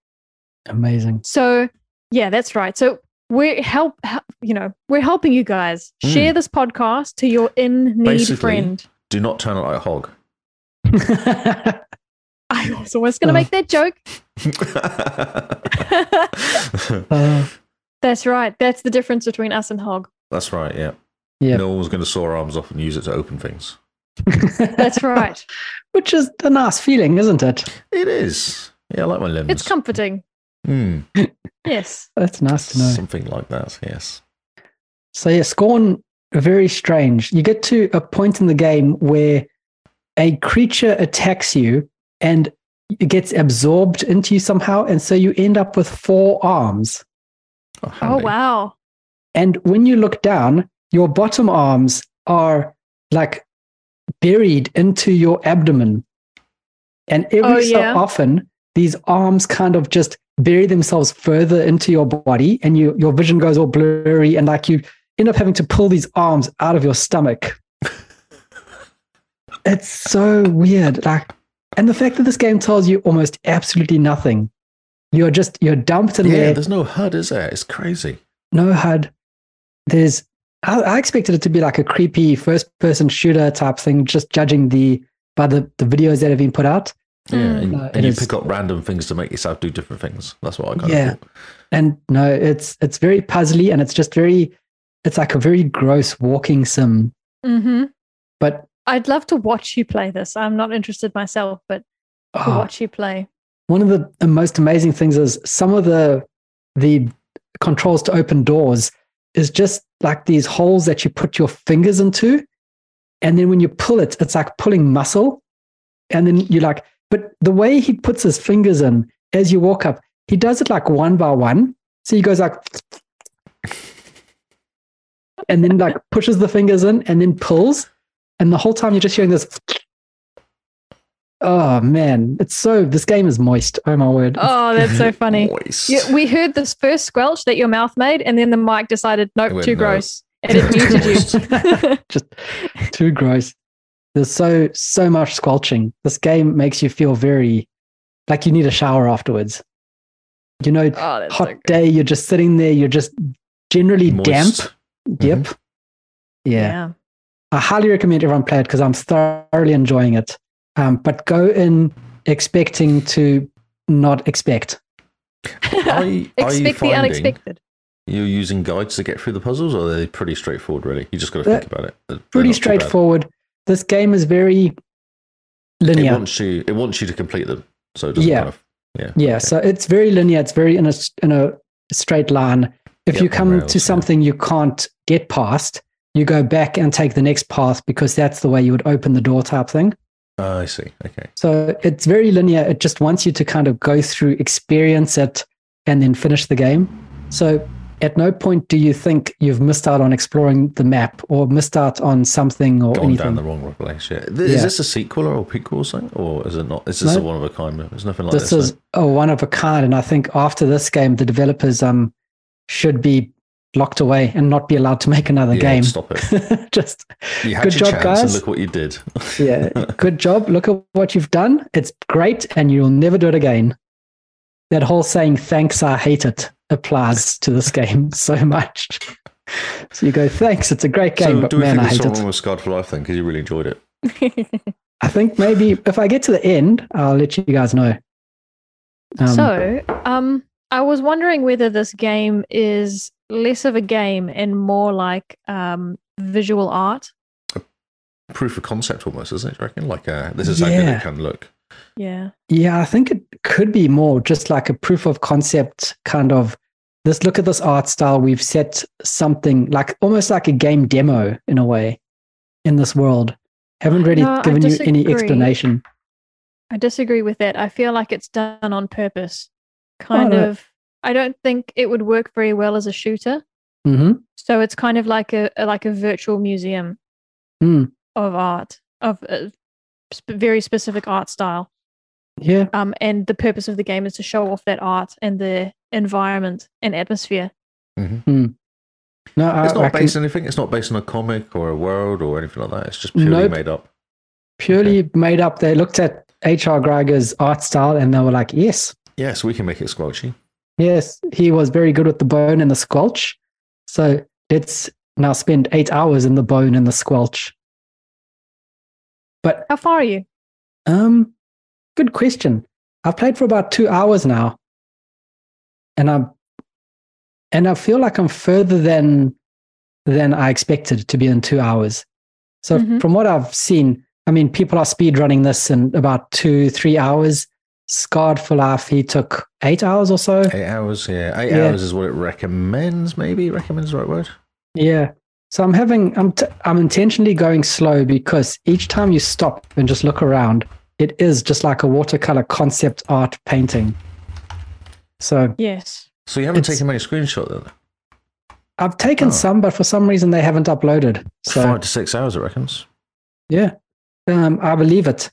Speaker 2: Amazing. [LAUGHS]
Speaker 3: So, yeah, that's right. So, we're help, help you know, we're helping you guys
Speaker 4: Mm.
Speaker 3: share this podcast to your in need
Speaker 4: Basically,
Speaker 3: friend. [LAUGHS]
Speaker 4: Do not turn it like a hog. [LAUGHS]
Speaker 3: I was always going
Speaker 2: Oh.
Speaker 3: to make that joke. [LAUGHS]
Speaker 2: Uh,
Speaker 3: That's right. That's the difference between us and Hog.
Speaker 4: That's right. Yeah.
Speaker 2: Yeah.
Speaker 4: No one's going to saw our arms off and use it to open things. [LAUGHS]
Speaker 3: That's right.
Speaker 2: [LAUGHS] Which is a nice feeling, isn't it?
Speaker 4: It is. Yeah, I like my limbs.
Speaker 3: it's comforting.
Speaker 4: Hmm,
Speaker 3: Yes.
Speaker 2: That's nice to know.
Speaker 4: Something like that. Yes.
Speaker 2: So yeah, Scorn very strange. You get to a point in the game where a creature attacks you and it gets absorbed into you somehow, and so you end up with four arms.
Speaker 4: Oh,
Speaker 3: Oh
Speaker 4: handy.
Speaker 3: wow.
Speaker 2: And when you look down, your bottom arms are like buried into your abdomen. And every
Speaker 3: Oh, yeah.
Speaker 2: so often, these arms kind of just bury themselves further into your body, and you, your vision goes all blurry, and like you end up having to pull these arms out of your
Speaker 3: [LAUGHS]
Speaker 2: stomach. it's so weird. Like, and the fact that this game tells you almost absolutely nothing. You're just you're dumped in
Speaker 4: Yeah,
Speaker 2: there
Speaker 4: there's no HUD, is there? It's crazy.
Speaker 2: no HUD. There's I, I expected it to be like a creepy first person shooter type thing, just judging the by the, the videos that have been put out.
Speaker 4: Yeah,
Speaker 3: Mm.
Speaker 4: and,
Speaker 2: No,
Speaker 4: and
Speaker 2: it
Speaker 4: you
Speaker 2: is.
Speaker 4: pick up random things to make yourself do different things. That's what I kind
Speaker 2: Yeah.
Speaker 4: of thought.
Speaker 2: And no, it's it's very puzzly and it's just very it's like a very gross walking sim.
Speaker 3: hmm
Speaker 2: But
Speaker 3: I'd love to watch you play this. I'm not interested myself, but to
Speaker 4: Ah.
Speaker 2: oh,
Speaker 3: watch you play.
Speaker 2: one of the, the most amazing things is some of the the controls to open doors is just like these holes that you put your fingers into and then when you pull it it's like pulling muscle and then you like but the way he puts his fingers in as you walk up he does it like one by one so he goes like and then like pushes the fingers in and then pulls and the whole time you're just hearing this oh man it's so this game is moist oh my word
Speaker 3: Oh, that's so
Speaker 4: [LAUGHS]
Speaker 3: funny.
Speaker 4: Moist.
Speaker 3: You, we heard this first squelch that your mouth made, and then the mic decided, nope,
Speaker 4: It went,
Speaker 3: too
Speaker 4: no.
Speaker 3: gross, and it muted
Speaker 4: [LAUGHS]
Speaker 3: you. [LAUGHS]
Speaker 2: just too gross. There's so so much squelching. This game makes you feel very like you need a shower afterwards. You know,
Speaker 3: oh, that's
Speaker 2: hot
Speaker 3: so good.
Speaker 2: day, you're just sitting there, you're just generally
Speaker 4: Moist. Mm-hmm.
Speaker 2: damp. Yep. Yeah. I highly recommend everyone play it because I'm thoroughly enjoying it. Um, but go in expecting to not expect.
Speaker 4: Are,
Speaker 3: Yeah. [LAUGHS]
Speaker 4: you- are you
Speaker 3: Expect the
Speaker 4: finding
Speaker 3: [LAUGHS] unexpected.
Speaker 4: You're using guides to get through the puzzles, or are they pretty straightforward? Really, you just got to
Speaker 2: They're
Speaker 4: think about it. They're- they're
Speaker 2: Pretty
Speaker 4: not too bad.
Speaker 2: straightforward. This game is very
Speaker 4: It
Speaker 2: linear.
Speaker 4: wants you. It wants you to complete them, so it doesn't
Speaker 2: Yeah.
Speaker 4: kind of. Yeah.
Speaker 2: Yeah,
Speaker 4: okay.
Speaker 2: so it's very linear. It's very in a in a straight line. If
Speaker 4: Yep,
Speaker 2: you come
Speaker 4: rails,
Speaker 2: to
Speaker 4: yeah.
Speaker 2: something you can't get past, you go back and take the next path because that's the way you would open the door type thing.
Speaker 4: Oh, I see. Okay.
Speaker 2: So it's very linear. It just wants you to kind of go through, experience it, and then finish the game. So at no point do you think you've missed out on exploring the map or missed out on something or
Speaker 4: Gone
Speaker 2: anything.
Speaker 4: down the wrong revelation. Th-
Speaker 2: Yeah.
Speaker 4: Is this a sequel or a prequel or something? Or is it not? Is this
Speaker 2: No.
Speaker 4: a one of a kind? There's nothing like this.
Speaker 2: this is a one of a kind, and I think after this game, the developers um should be locked away and not be allowed to make another
Speaker 4: yeah,
Speaker 2: game.
Speaker 4: Stop
Speaker 2: [LAUGHS]
Speaker 4: it.
Speaker 2: just
Speaker 4: You had
Speaker 2: Good
Speaker 4: your
Speaker 2: job,
Speaker 4: chance and
Speaker 2: guys.
Speaker 4: look what you did. [LAUGHS]
Speaker 2: yeah, good job. Look at what you've done. It's great, and you'll never do it again. That whole saying "thanks, I hate it" applies to this game [LAUGHS] so much. So you go, thanks, it's a great [LAUGHS] game,
Speaker 4: so
Speaker 2: but
Speaker 4: do we
Speaker 2: man,
Speaker 4: think
Speaker 2: I
Speaker 4: there's
Speaker 2: hate
Speaker 4: something
Speaker 2: it.
Speaker 4: wrong with Scarred for Life then? Because you really enjoyed it.
Speaker 2: I think maybe if I get to the end, I'll let you guys know. Um,
Speaker 3: so, um, I was wondering whether this game is less of a game and more like um, visual art.
Speaker 4: Proof of concept almost, isn't it? You reckon? Like, uh, this is how good
Speaker 2: Yeah.
Speaker 4: it can look.
Speaker 3: Yeah.
Speaker 2: Yeah, I think it could be more just like a proof of concept kind of. Let's look at this art style. We've set something like almost like a game demo in a way in this world. Haven't really
Speaker 3: No, I
Speaker 2: given you any
Speaker 3: disagree.
Speaker 2: explanation.
Speaker 3: I disagree with that. I feel like it's done on purpose. Kind
Speaker 2: no.
Speaker 3: of. I don't think it would work very well as a shooter.
Speaker 2: hmm
Speaker 3: So it's kind of like a a- like a virtual museum
Speaker 2: Hmm.
Speaker 3: of art of a sp- very specific art style.
Speaker 2: Yeah,
Speaker 3: Um, and the purpose of the game is to show off that art and the environment and atmosphere.
Speaker 2: no, I,
Speaker 4: It's
Speaker 2: I
Speaker 4: not
Speaker 2: can-
Speaker 4: based on anything. It's not based on a comic or a world or anything like that. It's just purely
Speaker 2: Nope.
Speaker 4: made up.
Speaker 2: purely made up. They looked at H.R. Geiger's art style and they were like, yes,
Speaker 4: Yes, we can make it squelchy.
Speaker 2: yes, he was very good with the bone and the squelch. So let's now spend eight hours in the bone and the squelch. But
Speaker 3: How far are you?
Speaker 2: Um, good question. I've played for about two hours now, and I'm, and I feel like I'm further than than I expected to be in two hours. So
Speaker 3: Mhm.
Speaker 2: from what I've seen, I mean, people are speed running this in about two, three hours. Scarred for life, he took eight hours or so.
Speaker 4: Eight hours, yeah. Eight
Speaker 2: Yeah.
Speaker 4: hours is what it recommends, maybe. Recommends the right word.
Speaker 2: Yeah. So I'm having I'm t- I'm intentionally going slow because each time you stop and just look around, it is just like a watercolor concept art painting. So
Speaker 3: Yes.
Speaker 4: So you haven't
Speaker 2: It's-
Speaker 4: taken many screenshots then?
Speaker 2: I've taken
Speaker 4: Oh.
Speaker 2: some, but for some reason they haven't uploaded. So
Speaker 4: Five to six hours, it reckons.
Speaker 2: yeah, um, I believe it.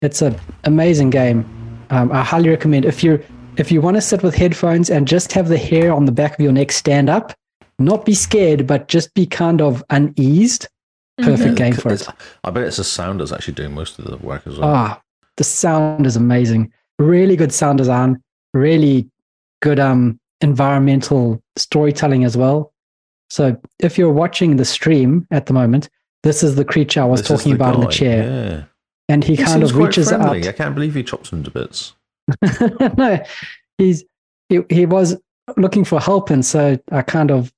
Speaker 2: It's a amazing game. Um, I highly recommend if you if you want to sit with headphones and just have the hair on the back of your neck stand up, not be scared, but just be kind of uneased. Perfect game for it.
Speaker 4: It's- I bet it's the sound that's actually doing most of the work as well.
Speaker 2: Ah, the sound is amazing. Really good sound design. Really good um environmental storytelling as well. So if you're watching the stream at the moment, this is the creature I was
Speaker 4: This is
Speaker 2: talking about in the
Speaker 4: guy,
Speaker 2: chair,
Speaker 4: Yeah.
Speaker 2: and he,
Speaker 4: He
Speaker 2: kind
Speaker 4: seems
Speaker 2: of
Speaker 4: quite
Speaker 2: reaches
Speaker 4: friendly. I
Speaker 2: out.
Speaker 4: can't believe you chopped him to bits.
Speaker 2: [LAUGHS] no, he's he, he was looking for help, and so I kind of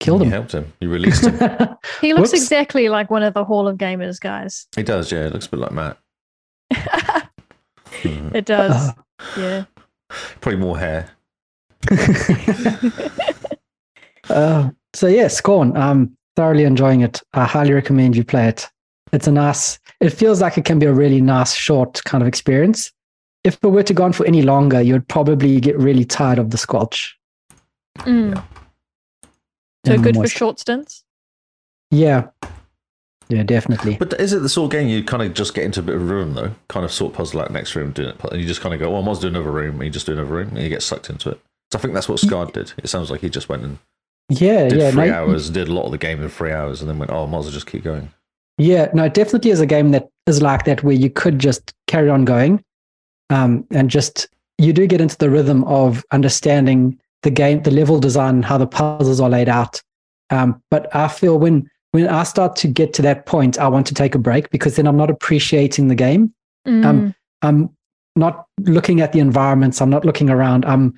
Speaker 2: killed
Speaker 4: You
Speaker 2: him.
Speaker 4: helped him. You released him.
Speaker 3: Mm-hmm. He looks
Speaker 2: Whoops.
Speaker 3: exactly like one of the Hall of Gamers guys.
Speaker 4: he does, yeah. It looks a bit
Speaker 2: [LAUGHS]
Speaker 4: like Matt. Mhm.
Speaker 3: It does.
Speaker 2: [LAUGHS] Ah.
Speaker 3: yeah.
Speaker 4: Probably more hair.
Speaker 2: Uh, so yeah, Scorn. I'm thoroughly enjoying it. I highly recommend you play it. It's a nice. It feels like it can be a really nice, short kind of experience. If it were to go on for any longer, you'd probably get really tired of the squelch.
Speaker 3: Mm. So
Speaker 2: and the
Speaker 3: good for
Speaker 2: moist.
Speaker 3: short stints.
Speaker 2: Yeah, yeah, definitely.
Speaker 4: But is it the sort of game you kind of just get into a bit of a rhythm though? Kind of sort puzzle out next room, doing it, and you just kind of go, "Well, I must do another room," and you just do another room, and you get sucked into it. So I think that's what Scar did. It sounds like he just went and
Speaker 2: Yeah,
Speaker 4: did
Speaker 2: Uh, yeah,
Speaker 4: three
Speaker 2: no,
Speaker 4: hours, did a lot of the game in three hours, and then went, "Oh, I might as well just keep going."
Speaker 2: yeah. No, it definitely is a game that is like that where you could just carry on going, um, and just you do get into the rhythm of understanding the game, the level design, how the puzzles are laid out. Um, but I feel when when I start to get to that point, I want to take a break because then I'm not appreciating the game. Um,
Speaker 3: Mm-hmm.
Speaker 2: I'm not looking at the environments. I'm not looking around. I'm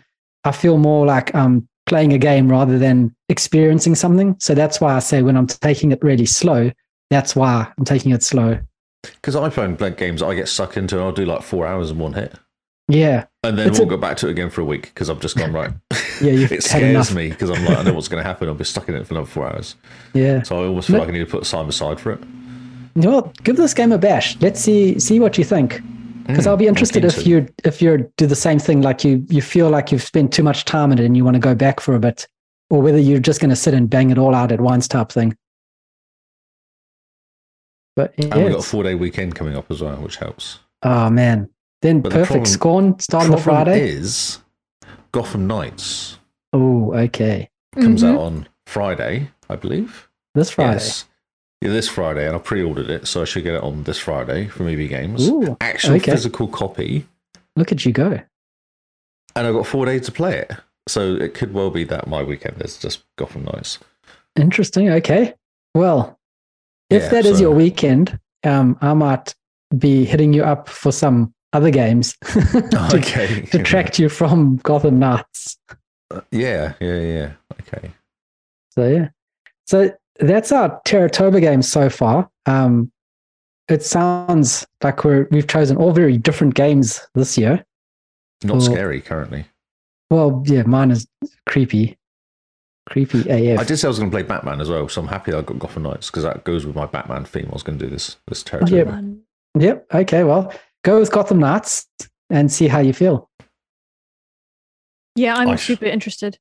Speaker 2: I feel more like I'm playing a game rather than experiencing something. So that's why I say when I'm taking it really slow, that's why I'm taking it slow.
Speaker 4: Because I found blank games I get sucked into, and I'll do like four hours in one hit,
Speaker 2: Yeah,
Speaker 4: and then
Speaker 2: It's
Speaker 4: we'll
Speaker 2: a-
Speaker 4: go back to it again for a week because I've just gone
Speaker 2: [LAUGHS]
Speaker 4: right.
Speaker 2: Yeah, you've
Speaker 4: it
Speaker 2: had
Speaker 4: scares
Speaker 2: enough.
Speaker 4: me because I'm like, I know what's going to happen. I'll be stuck in it for another four hours,
Speaker 2: yeah,
Speaker 4: so I almost feel
Speaker 2: No.
Speaker 4: like I need to put time aside for it.
Speaker 2: Well, give this game a bash. Let's see see what you think. Because I'll be interested
Speaker 4: Hmm. keen
Speaker 2: if
Speaker 4: to.
Speaker 2: you if you do the same thing, like you you feel like you've spent too much time in it and you want to go back for a bit, or whether you're just going to sit and bang it all out at once type thing. But yeah,
Speaker 4: And we've got a
Speaker 2: it's-
Speaker 4: four day weekend coming up as well, which helps.
Speaker 2: oh man, then
Speaker 4: But the
Speaker 2: perfect
Speaker 4: problem-
Speaker 2: scorn start on the
Speaker 4: Problem
Speaker 2: Friday.
Speaker 4: is Gotham Knights
Speaker 2: Oh, okay,
Speaker 4: comes
Speaker 3: Mhm.
Speaker 4: out on Friday, I believe.
Speaker 2: this Mm-hmm. Friday.
Speaker 4: Yes. Yeah, this Friday, and I pre ordered it, so I should get it on this Friday from EB Games.
Speaker 2: Ooh,
Speaker 4: Actual
Speaker 2: okay.
Speaker 4: physical copy,
Speaker 2: look at you go.
Speaker 4: and I've got four days to play it. So it could well be that my weekend is just Gotham Knights.
Speaker 2: Interesting. Okay. Well, if
Speaker 4: Yeah,
Speaker 2: that is
Speaker 4: so-
Speaker 2: your weekend, um, I might be hitting you up for some other games [LAUGHS] [LAUGHS]
Speaker 4: Oh,
Speaker 2: to,
Speaker 4: okay. [LAUGHS] Uh,
Speaker 2: detract you from Gotham Knights.
Speaker 4: Yeah, yeah, yeah. Okay.
Speaker 2: So yeah, so that's our Terratoba game so far. Um, it sounds like we're we've chosen all very different games this year.
Speaker 4: Not
Speaker 2: Well,
Speaker 4: scary currently.
Speaker 2: Well, yeah, mine is creepy, creepy AF.
Speaker 4: I did say I was going to play Batman as well, so I'm happy that I got Gotham Knights because that goes with my Batman theme. I was going to do this this territory.
Speaker 2: Yeah.
Speaker 3: Fun.
Speaker 2: Yep. Okay. Well, go with Gotham Knights and see how you feel.
Speaker 3: Yeah, I'm
Speaker 4: I sh-
Speaker 3: super interested.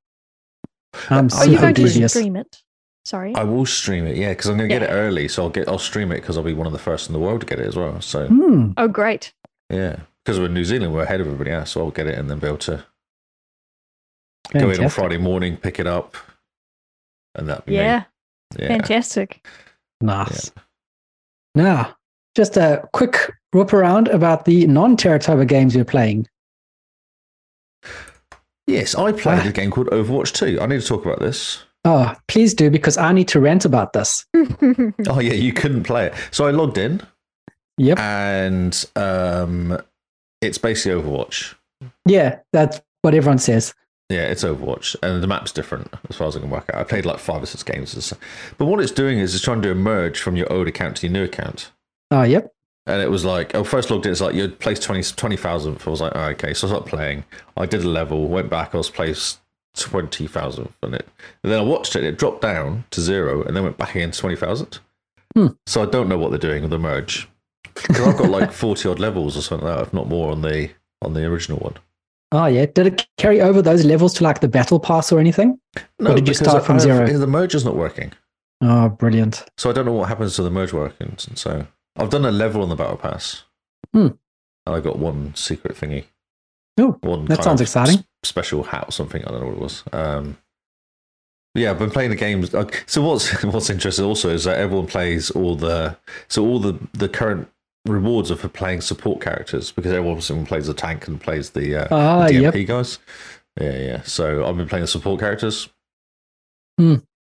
Speaker 2: I'm
Speaker 4: Are
Speaker 3: Are you
Speaker 2: super
Speaker 3: going to
Speaker 2: devious.
Speaker 3: stream it? Sorry.
Speaker 4: I will stream it, yeah, because I'm going to get
Speaker 3: Yeah.
Speaker 4: it early, so I'll get I'll stream it because I'll be one of the first in the world to get it as well. So
Speaker 2: Hmm.
Speaker 3: oh, great.
Speaker 4: yeah, because we're in New Zealand, we're ahead of everybody else, so I'll get it and then be able to go in on
Speaker 2: fantastic.
Speaker 4: Friday morning, pick it up, and that.
Speaker 3: Yeah,
Speaker 4: me. yeah,
Speaker 3: fantastic. [LAUGHS]
Speaker 2: Nice. Now, just a quick whip around about the non-Terratoba games you're playing.
Speaker 4: yes. I played
Speaker 2: Ah.
Speaker 4: a game called Overwatch Two. I need to talk about this.
Speaker 2: Oh, please do because I need to rant about this.
Speaker 4: Oh yeah, you couldn't play it, so I logged in. Uh.
Speaker 2: Yep.
Speaker 4: and um, it's basically Overwatch.
Speaker 2: Yeah, that's what everyone says.
Speaker 4: Yeah, it's Overwatch, and the map's different as far as I can work out. I played like five or six games, this- but what it's doing is it's trying to merge from your old account to your new account.
Speaker 2: Oh, yep.
Speaker 4: And it was like, I first logged in, it's like you would placed 20 20,000th. I was like, oh, okay, so I started playing. I did a level, went back, I was placed 20,000th on it. And then I watched it, it dropped down to zero and then went back again to 20,000.
Speaker 2: Hmm.
Speaker 4: So I don't know what they're doing with the merge. Because I've
Speaker 2: [LAUGHS]
Speaker 4: got like 40 odd levels or something like that, if not more on the on the original one.
Speaker 2: Oh, yeah. Did it carry over those levels to like the battle pass or anything? Or did you
Speaker 4: because
Speaker 2: start
Speaker 4: I-
Speaker 2: from
Speaker 4: I've-
Speaker 2: zero?
Speaker 4: The merge is not working.
Speaker 2: Oh, brilliant.
Speaker 4: So I don't know what happens to the merge workings. And so I've done a level on the battle pass.
Speaker 2: Hmm.
Speaker 4: And I got one secret thingy.
Speaker 2: Oh,
Speaker 4: One
Speaker 2: that
Speaker 4: kind
Speaker 2: sounds
Speaker 4: of
Speaker 2: exciting.
Speaker 4: s- special hat or something. I don't know what it was. Um, yeah, I've been playing the games. like- So what's [LAUGHS] what's interesting also is that everyone plays all the so all the the current rewards are for playing support characters because everyone someone plays the tank and plays the uh,
Speaker 2: Ah,
Speaker 4: the
Speaker 2: yep.
Speaker 4: DMP guys. Yeah, yeah. So I've been playing the support characters
Speaker 2: Hmm.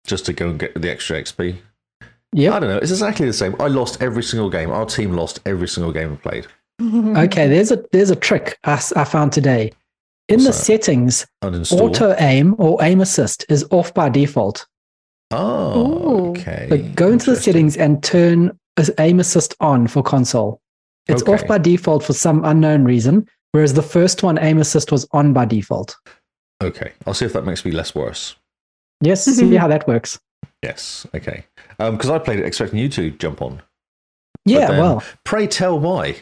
Speaker 4: just to go and get the extra XP. I
Speaker 2: Yep.
Speaker 4: don't know. It's exactly the same. I lost every single game. Our team lost every single game we played.
Speaker 2: Okay. There's a there's a trick I, s- I found today. In
Speaker 4: What's
Speaker 2: the
Speaker 4: that?
Speaker 2: settings,
Speaker 4: Uninstall.
Speaker 2: auto aim or aim assist is off by default.
Speaker 4: Oh,
Speaker 3: Ooh.
Speaker 4: okay.
Speaker 2: But go into the
Speaker 4: Interesting.
Speaker 2: settings and turn as- aim assist on for console. It's
Speaker 4: Okay.
Speaker 2: off by default for some unknown reason, whereas the first one aim assist was on by default.
Speaker 4: Okay, I'll see if that makes me less worse.
Speaker 2: Yes, see how that works.
Speaker 4: Yes. Okay. Because I played it expecting you to jump on.
Speaker 2: Yeah,
Speaker 4: then- [LAUGHS]
Speaker 2: well.
Speaker 4: Pray tell why.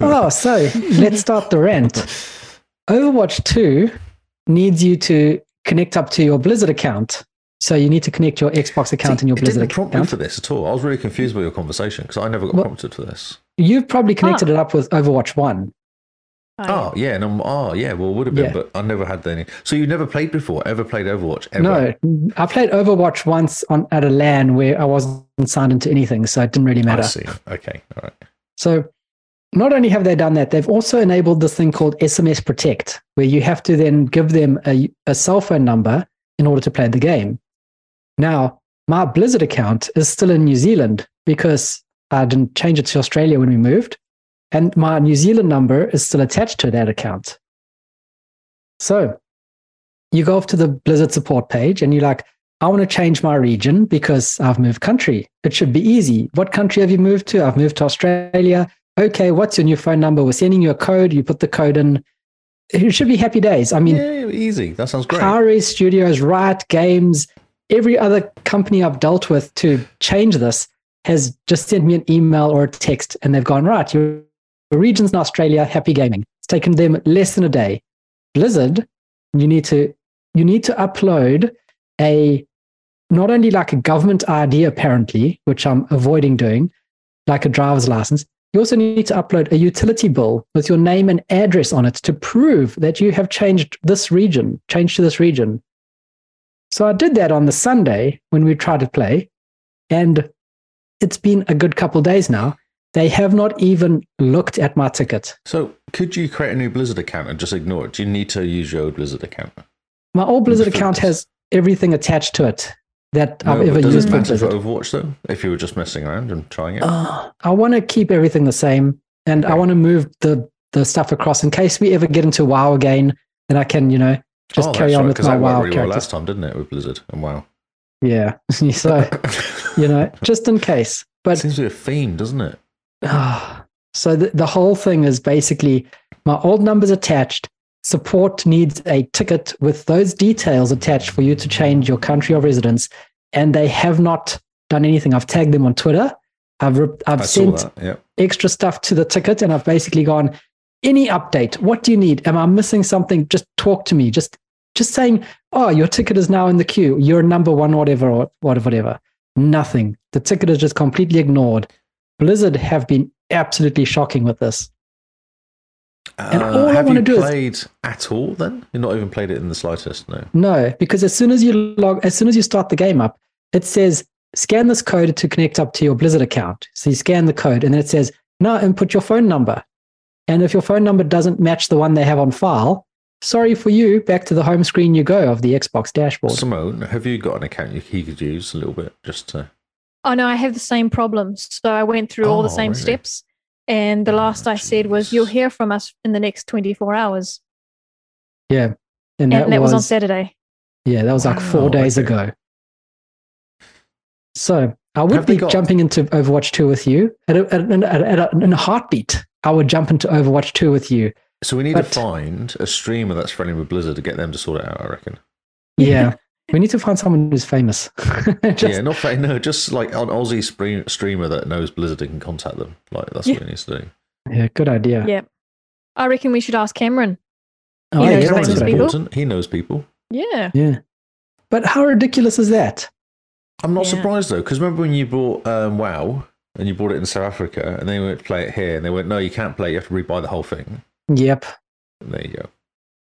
Speaker 2: Oh, so let's start the rant. Overwatch 2 needs you to connect up to your Blizzard account. So you need to connect your Xbox account
Speaker 4: [LAUGHS] See,
Speaker 2: and your
Speaker 4: it didn't
Speaker 2: Blizzard
Speaker 4: prompt
Speaker 2: account.
Speaker 4: me for this at all. I was really confused by your conversation because I never got
Speaker 2: What?
Speaker 4: prompted for this.
Speaker 2: You've probably
Speaker 4: Ah.
Speaker 2: connected it up with Overwatch 1.
Speaker 4: Oh yeah, and I'm, oh yeah, well would have been,
Speaker 2: Yeah.
Speaker 4: but I never had any. So you never played before? Ever played Overwatch? Ever?
Speaker 2: No, I played Overwatch once on at a LAN where I wasn't signed into anything, so it didn't really
Speaker 4: I
Speaker 2: matter.
Speaker 4: see. Okay, all right.
Speaker 2: So not only have they done that, they've also enabled this thing called SMS Protect, where you have to then give them a, a cell phone number in order to play the game. Now, my Blizzard account is still in New Zealand because I didn't change it to Australia when we moved. And my New Zealand number is still attached to that account. So you go off to the Blizzard support page and you're like, I want to change my region because I've moved country. It should be easy. What country have you moved to? I've moved to Australia. Okay, what's your new phone number? We're sending you a code. You put the code in. It should be happy days. I mean,
Speaker 4: yeah, easy. That sounds great.
Speaker 2: Atari Studios, Riot Games, every other company I've dealt with to change this has just sent me an email or a text and they've gone, right, your your region's in Australia, happy gaming. It's taken them less than a day. Blizzard, you need to you need to upload a not only like a government ID apparently, which I'm avoiding doing, like a driver's license, you also need to upload a utility bill with your name and address on it to prove that you have changed this region, changed to this region. So I did that on the Sunday when we tried to play, and it's been a good couple days now. They have not even looked at my ticket.
Speaker 4: So, could you create a new Blizzard account and just ignore it? Do you need to use your old Blizzard account?
Speaker 2: My old Blizzard
Speaker 4: Different.
Speaker 2: account has everything attached to it that
Speaker 4: No,
Speaker 2: I've
Speaker 4: but
Speaker 2: ever
Speaker 4: does
Speaker 2: used
Speaker 4: it
Speaker 2: for
Speaker 4: matter for
Speaker 2: Blizzard.
Speaker 4: Overwatch though? If you were just messing around and trying it,
Speaker 2: Ah, I want to keep everything the same, and I
Speaker 4: Okay.
Speaker 2: want to move the the stuff across in case we ever get into WoW again. Then I can, you know, just
Speaker 4: Oh,
Speaker 2: carry
Speaker 4: that's
Speaker 2: on
Speaker 4: right,
Speaker 2: with
Speaker 4: 'cause
Speaker 2: my
Speaker 4: that worked
Speaker 2: WoW
Speaker 4: really well
Speaker 2: characters.
Speaker 4: last time, didn't it, with Blizzard and WoW?
Speaker 2: yeah, [LAUGHS] so
Speaker 4: [LAUGHS]
Speaker 2: you know, just in case. But
Speaker 4: seems to be a theme, doesn't it?
Speaker 2: Ah, [SIGHS] so the, the whole thing is basically my old numbers attached. Support needs a ticket with those details attached for you to change your country of residence, and they have not done anything. I've tagged them on Twitter. I've re- I've
Speaker 4: I saw
Speaker 2: sent
Speaker 4: that. Yeah.
Speaker 2: extra stuff to the ticket, and I've basically gone. Any update? What do you need? Am I missing something? Just talk to me. Just just saying, oh, your ticket is now in the queue. You're number one, whatever, or whatever, whatever. Nothing. The ticket is just completely ignored. Blizzard have been absolutely shocking with this. And all I
Speaker 4: Uh, have
Speaker 2: wanna
Speaker 4: you
Speaker 2: do is-
Speaker 4: played at all? Then you've not even played it in the slightest. No.
Speaker 2: No, because as soon as you log, as soon as you start the game up, it says scan this code to connect up to your Blizzard account. So you scan the code, and then it says now input your phone number. And if your phone number doesn't match the one they have on file, sorry for you, back to the home screen you go of the Xbox dashboard.
Speaker 4: Simone, have you got an account you he could use a little bit just to?
Speaker 3: Oh no, I have the same problems. So I went through all the
Speaker 4: Oh,
Speaker 3: same
Speaker 4: really?
Speaker 3: steps, and the
Speaker 4: Oh,
Speaker 3: last I said was, "You'll
Speaker 4: jeez.
Speaker 3: hear from us in the next twenty-four hours,"
Speaker 2: and
Speaker 3: and that was on Saturday.
Speaker 2: Yeah, that was like four
Speaker 4: Wow,
Speaker 2: days
Speaker 4: okay.
Speaker 2: ago. So I would
Speaker 4: Have they
Speaker 2: be
Speaker 4: got-
Speaker 2: jumping into Overwatch 2 with you. At a, at a, at a, in a heartbeat, I would jump into Overwatch 2 with you.
Speaker 4: So we need
Speaker 2: But-
Speaker 4: to find a streamer that's friendly with Blizzard to get them to sort it out. I reckon.
Speaker 2: Yeah. [LAUGHS] we need to find someone who's famous. [LAUGHS] Just-
Speaker 4: yeah, not fa- no, just like an Aussie spre- streamer that knows Blizzard and can contact them. Like that's
Speaker 3: Yeah.
Speaker 4: what he needs to do.
Speaker 2: yeah, good idea.
Speaker 3: Yeah. I reckon we should ask Cameron.
Speaker 2: Oh, yeah,
Speaker 3: You know,
Speaker 2: that's a
Speaker 4: Cameron's
Speaker 3: famous
Speaker 2: good idea.
Speaker 3: people.
Speaker 4: important. He knows people.
Speaker 3: Yeah.
Speaker 2: Yeah. But how ridiculous is that?
Speaker 4: I'm not
Speaker 3: Yeah.
Speaker 4: surprised though, because remember when you bought um, WoW and you bought it in South Africa, and then you went to play it here, and they went, "No, you can't play. it, You have to rebuy the whole thing."
Speaker 2: Yep.
Speaker 4: And there you go.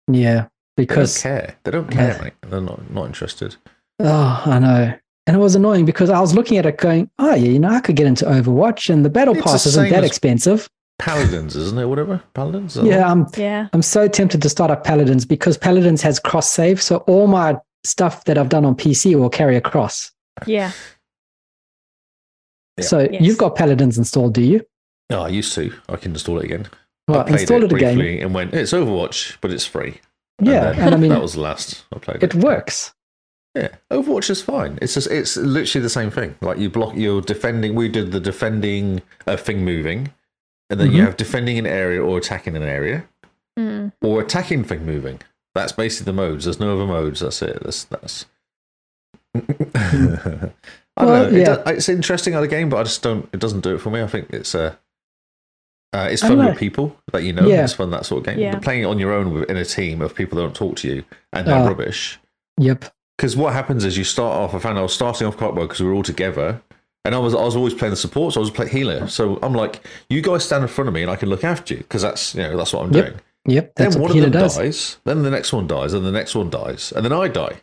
Speaker 2: Yeah.
Speaker 4: They don't
Speaker 2: Because
Speaker 4: care. They don't
Speaker 2: Yeah.
Speaker 4: care, mate. They're not not interested.
Speaker 2: Oh, I know. And it was annoying because I was looking at it going, oh, yeah, you know, I could get into Overwatch and the battle
Speaker 4: It's the
Speaker 2: pass isn't
Speaker 4: same
Speaker 2: that
Speaker 4: as-
Speaker 2: expensive.
Speaker 4: Paladins, isn't it? Whatever. Paladins. Is that
Speaker 2: Yeah, I'm,
Speaker 3: Yeah.
Speaker 2: I'm so tempted to start up Paladins because Paladins has cross save. So all my stuff that I've done on PC will carry across.
Speaker 3: Yeah.
Speaker 4: Yeah.
Speaker 2: So
Speaker 3: Yes.
Speaker 2: you've got Paladins installed, do you?
Speaker 4: No, Oh, I used to. I can install it again. I
Speaker 2: Well,
Speaker 4: played
Speaker 2: install it, again.
Speaker 4: briefly and went. It's Overwatch, but it's free. And
Speaker 2: Yeah.
Speaker 4: then
Speaker 2: And I mean,
Speaker 4: [LAUGHS] that was the last I played.
Speaker 2: it works.
Speaker 4: Yeah, Overwatch is fine. It's just it's literally the same thing. Like you block, you're defending. We did the defending uh, thing moving, and then you
Speaker 2: Mhm.
Speaker 4: have defending an area or attacking an area
Speaker 3: Mm.
Speaker 4: or attacking thing moving. That's basically the modes. There's no other modes. That's it. That's that's. [LAUGHS] I don't
Speaker 2: Well,
Speaker 4: know. It
Speaker 2: yeah.
Speaker 4: do- it's interesting at the game, but I just don't. It doesn't do it for me. I think it's uh, uh, it's
Speaker 2: I
Speaker 4: fun
Speaker 2: don't
Speaker 4: with
Speaker 2: know.
Speaker 4: people that you know.
Speaker 2: Yeah.
Speaker 4: It's fun that sort of game.
Speaker 3: Yeah.
Speaker 4: But playing it on your own with- in a team of people that don't talk to you and they're
Speaker 2: Ah.
Speaker 4: rubbish.
Speaker 2: Yep.
Speaker 4: Because what happens is you start off. I found I was starting off quite well because we were all together, and I was I was always playing the support, so I was playing healer. So I'm like, you guys stand in front of me, and I can look after you because that's you know that's what I'm
Speaker 2: Yep,
Speaker 4: doing.
Speaker 2: Yep. That's
Speaker 4: then
Speaker 2: what
Speaker 4: one of
Speaker 2: Peter
Speaker 4: them
Speaker 2: does.
Speaker 4: dies, then the next one dies, and the next one dies, and then I die,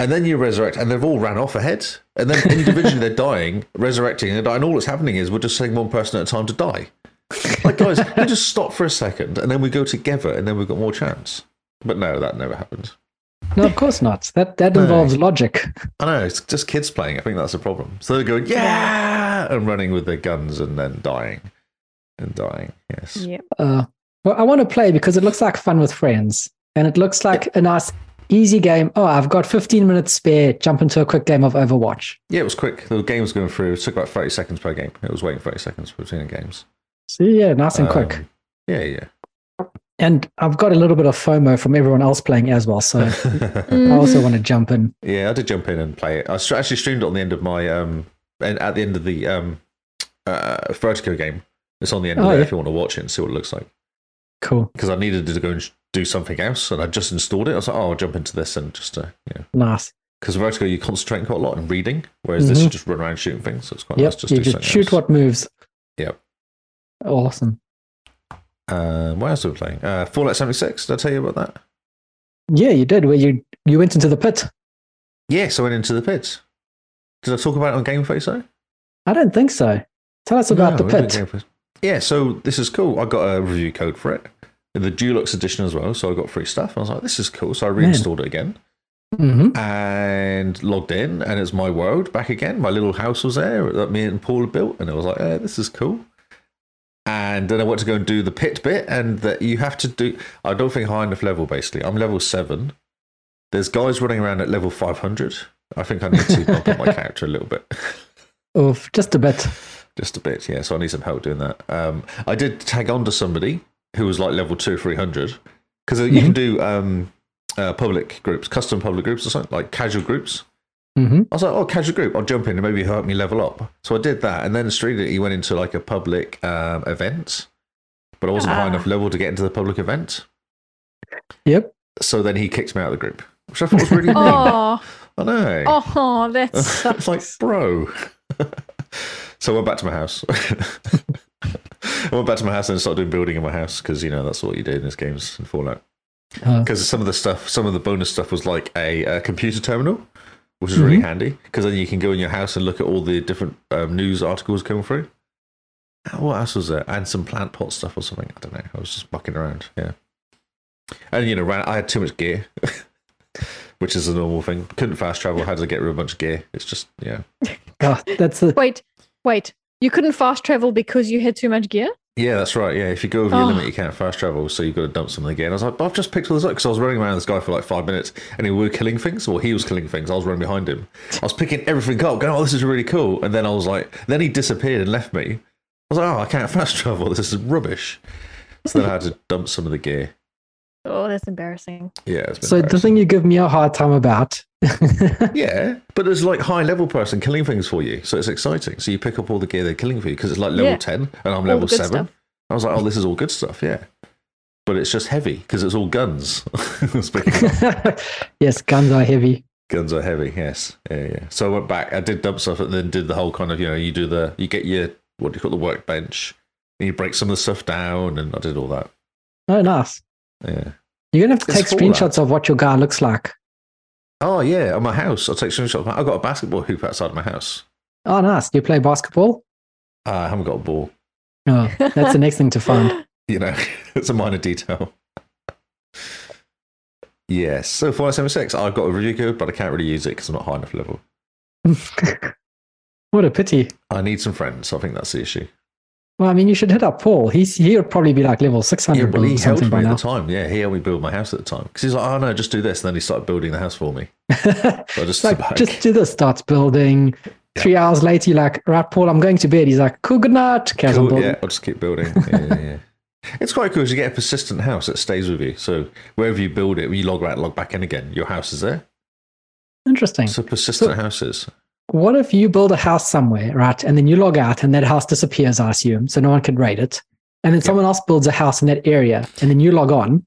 Speaker 4: and then you resurrect, and they've all ran off ahead, and then individually they're dying, resurrecting, and, dying, and all that's happening is we're just saying one person at a time to die. Like guys, we just stop for a second, and then we go together, and then we've got more chance. But no, that never happens.
Speaker 2: No, of course not. That, that
Speaker 4: No.
Speaker 2: involves logic.
Speaker 4: I know, it's just kids playing. I think that's the problem. So they're going, yeah, and running with their guns and then dying and dying. Yes.
Speaker 3: Yeah.
Speaker 2: Uh, well, I want to play because it looks like fun with friends, and it looks like a nice, easy game. Oh, I've got 15 minutes spare. Jump into a quick game of Overwatch.
Speaker 4: Yeah, it was quick. The game was going through. It took about 30 seconds per game. It was waiting 30 seconds between the games.
Speaker 2: So yeah, nice and quick.
Speaker 4: Um, Yeah, yeah.
Speaker 2: And I've got a little bit of FOMO from everyone else playing as well,
Speaker 4: [LAUGHS]
Speaker 2: so
Speaker 3: Mm. Mm-hmm.
Speaker 2: I also want to jump in.
Speaker 4: yeah, I did jump in and play it. I stra- actually streamed it on the end of my um, and at the end of the um, uh, Vertigo game. It's on the end of
Speaker 2: Oh,
Speaker 4: it
Speaker 2: yeah.
Speaker 4: if you want to watch it and see what it looks like.
Speaker 2: Cool.
Speaker 4: Because I needed to go and sh- do something else, and I just installed it. I was like, oh, I'll jump into this and just uh, you know.
Speaker 2: Nice.
Speaker 4: Because Vertigo, you concentrate quite a lot on reading, whereas this
Speaker 2: Mhm.
Speaker 4: you just run around shooting things. So it's quite nice
Speaker 2: Yep.
Speaker 4: just
Speaker 2: you
Speaker 4: do
Speaker 2: just
Speaker 4: something
Speaker 2: shoot
Speaker 4: else.
Speaker 2: what moves.
Speaker 4: Yep.
Speaker 2: Awesome.
Speaker 4: Um, what else are we playing? Uh, Fallout 76. Did I tell you about that?
Speaker 2: Yeah, you did. Where you you went into the pit.
Speaker 4: Yes, I went into the pit. Did I talk about it on Game Face though?
Speaker 2: I don't think so. Tell us about
Speaker 4: No,
Speaker 2: the
Speaker 4: we didn't
Speaker 2: pit.
Speaker 4: go for- Yeah, so this is cool. I got a review code for it, the Dulux edition as well. So I got free stuff. I was like, this is cool. So I
Speaker 2: Man.
Speaker 4: reinstalled it again
Speaker 2: hmm
Speaker 4: and logged in, and it's my world back again. My little house was there that me and Paul had built, and it was like, eh, this is cool. And then I went to go and do the pit bit, and that you have to do. I don't think high enough level. Basically, I'm level seven. There's guys running around at level 500. I think I need to [LAUGHS] bump up my character a little bit. [LAUGHS]
Speaker 2: Oof, just a bit.
Speaker 4: Just a bit, yeah. So I need some help doing that. Um, I did tag on to somebody who was like level two, three hundred, because you can do um, uh, public groups, custom public groups or something like casual groups.
Speaker 2: hmm
Speaker 4: I was like, oh, casual group, I'll jump in and maybe help me level up. So I did that, and then straight he went into like a public um, event, but I wasn't high
Speaker 3: Ah.
Speaker 4: enough level to get into the public event.
Speaker 2: Yep.
Speaker 4: So then he kicked me out of the group, which I thought
Speaker 3: [LAUGHS]
Speaker 4: was really mean. [LAUGHS]
Speaker 3: Oh,
Speaker 4: I know.
Speaker 3: oh,
Speaker 4: [LAUGHS]
Speaker 3: that's
Speaker 4: it's like, bro. [LAUGHS] so I went back to my house. [LAUGHS] I went back to my house and started doing building in my house because you know that's what you do in these games in Fallout.
Speaker 2: Uh,
Speaker 4: Because some of the stuff, some of the bonus stuff was like a, uh computer terminal, which is really handy because then you can go in your house and look at all the different um, news articles coming through. And What else was there? And some plant pot stuff or something. I don't know. I was just mucking around. Yeah. And you know, ran, I had too much gear, [LAUGHS] which is a normal thing. Couldn't fast travel. Had to get rid of a bunch of gear. It's just yeah.
Speaker 2: God, [LAUGHS] that's the
Speaker 3: wait, wait. You couldn't fast travel because you had too much gear.
Speaker 4: Yeah, that's right. Yeah, if you go over your
Speaker 3: Oh.
Speaker 4: limit, you can't fast travel, so you've got to dump some of the gear. And I was like, but I've just picked all this up because I was running around this guy for like five minutes, and we were killing things. Well, he was killing things. I was running behind him. I was picking everything up, going, "Oh, this is really cool." And then I was like, then he disappeared and left me. I was like, "Oh, I can't [LAUGHS] fast travel. This is rubbish." So then I had to dump some of the gear.
Speaker 3: Oh, that's embarrassing.
Speaker 4: Yeah, it's been
Speaker 2: so the
Speaker 4: embarrassing.
Speaker 2: thing
Speaker 4: [LAUGHS]
Speaker 2: you give me a hard time about. [LAUGHS]
Speaker 4: Yeah, but there's like high level person killing things for you, so it's exciting. So you pick up all the gear they're killing for you because it's like level
Speaker 3: Yeah.
Speaker 4: ten, and I'm
Speaker 3: the
Speaker 4: level
Speaker 3: good
Speaker 4: seven.
Speaker 3: stuff.
Speaker 4: I was like, oh, this is all good stuff, yeah. But it's just heavy because it's all guns. [LAUGHS] Speaking of [LAUGHS]
Speaker 2: yes, guns are heavy.
Speaker 4: guns are heavy, yes, yeah, yeah. So I went back. I did dump stuff, and then did the whole kind of you know you do the you get your what do you call the workbench, and you break some of the stuff down, and I did all that.
Speaker 2: Oh, nice.
Speaker 4: Yeah.
Speaker 2: You're gonna have to
Speaker 4: It's
Speaker 2: take
Speaker 4: Fallout.
Speaker 2: screenshots of what your guy looks like.
Speaker 4: Oh yeah, on my house, I take screenshots. I got a basketball hoop outside my house.
Speaker 2: Oh, nice. Do you play basketball?
Speaker 4: Uh, I haven't got a ball. [LAUGHS]
Speaker 2: Oh, [LAUGHS] that's the next thing to
Speaker 3: [LAUGHS]
Speaker 2: find.
Speaker 4: you know, it's a minor detail. [LAUGHS] yes. So Fallout 76, I've got a review code, but I can't really use it because I'm not high enough level.
Speaker 2: What a pity.
Speaker 4: I need some friends. I think that's the issue.
Speaker 2: Well, I mean, you should hit up Paul. He's he'll probably be like level six
Speaker 4: Yeah,
Speaker 2: hundred
Speaker 4: well, he
Speaker 2: or
Speaker 4: helped
Speaker 2: something
Speaker 4: me
Speaker 2: by
Speaker 4: at
Speaker 2: now.
Speaker 4: the time. Yeah, he helped me build my house at the time because he's like, "Oh no, just do this," and then he started building the house for me. So I
Speaker 2: [LAUGHS] It's
Speaker 4: just
Speaker 2: like,
Speaker 4: stood [LAUGHS] back.
Speaker 2: just do this. Starts building. Three hours later, you're like, right, Paul, I'm going to bed. He's like, cool, good night. Carries on
Speaker 4: Cool,
Speaker 2: building.
Speaker 4: yeah, I'll just keep building. Yeah, yeah, yeah. It's quite cool 'cause you get a persistent house that stays with you. So wherever you build it, when you log out, log back in again, your house is there.
Speaker 2: Interesting.
Speaker 4: So persistent
Speaker 2: So-
Speaker 4: houses.
Speaker 2: What if you build a house somewhere, right? And then you log out and that house disappears, I assume, so no one can raid it. And then someone else builds a house in that area and then you log on.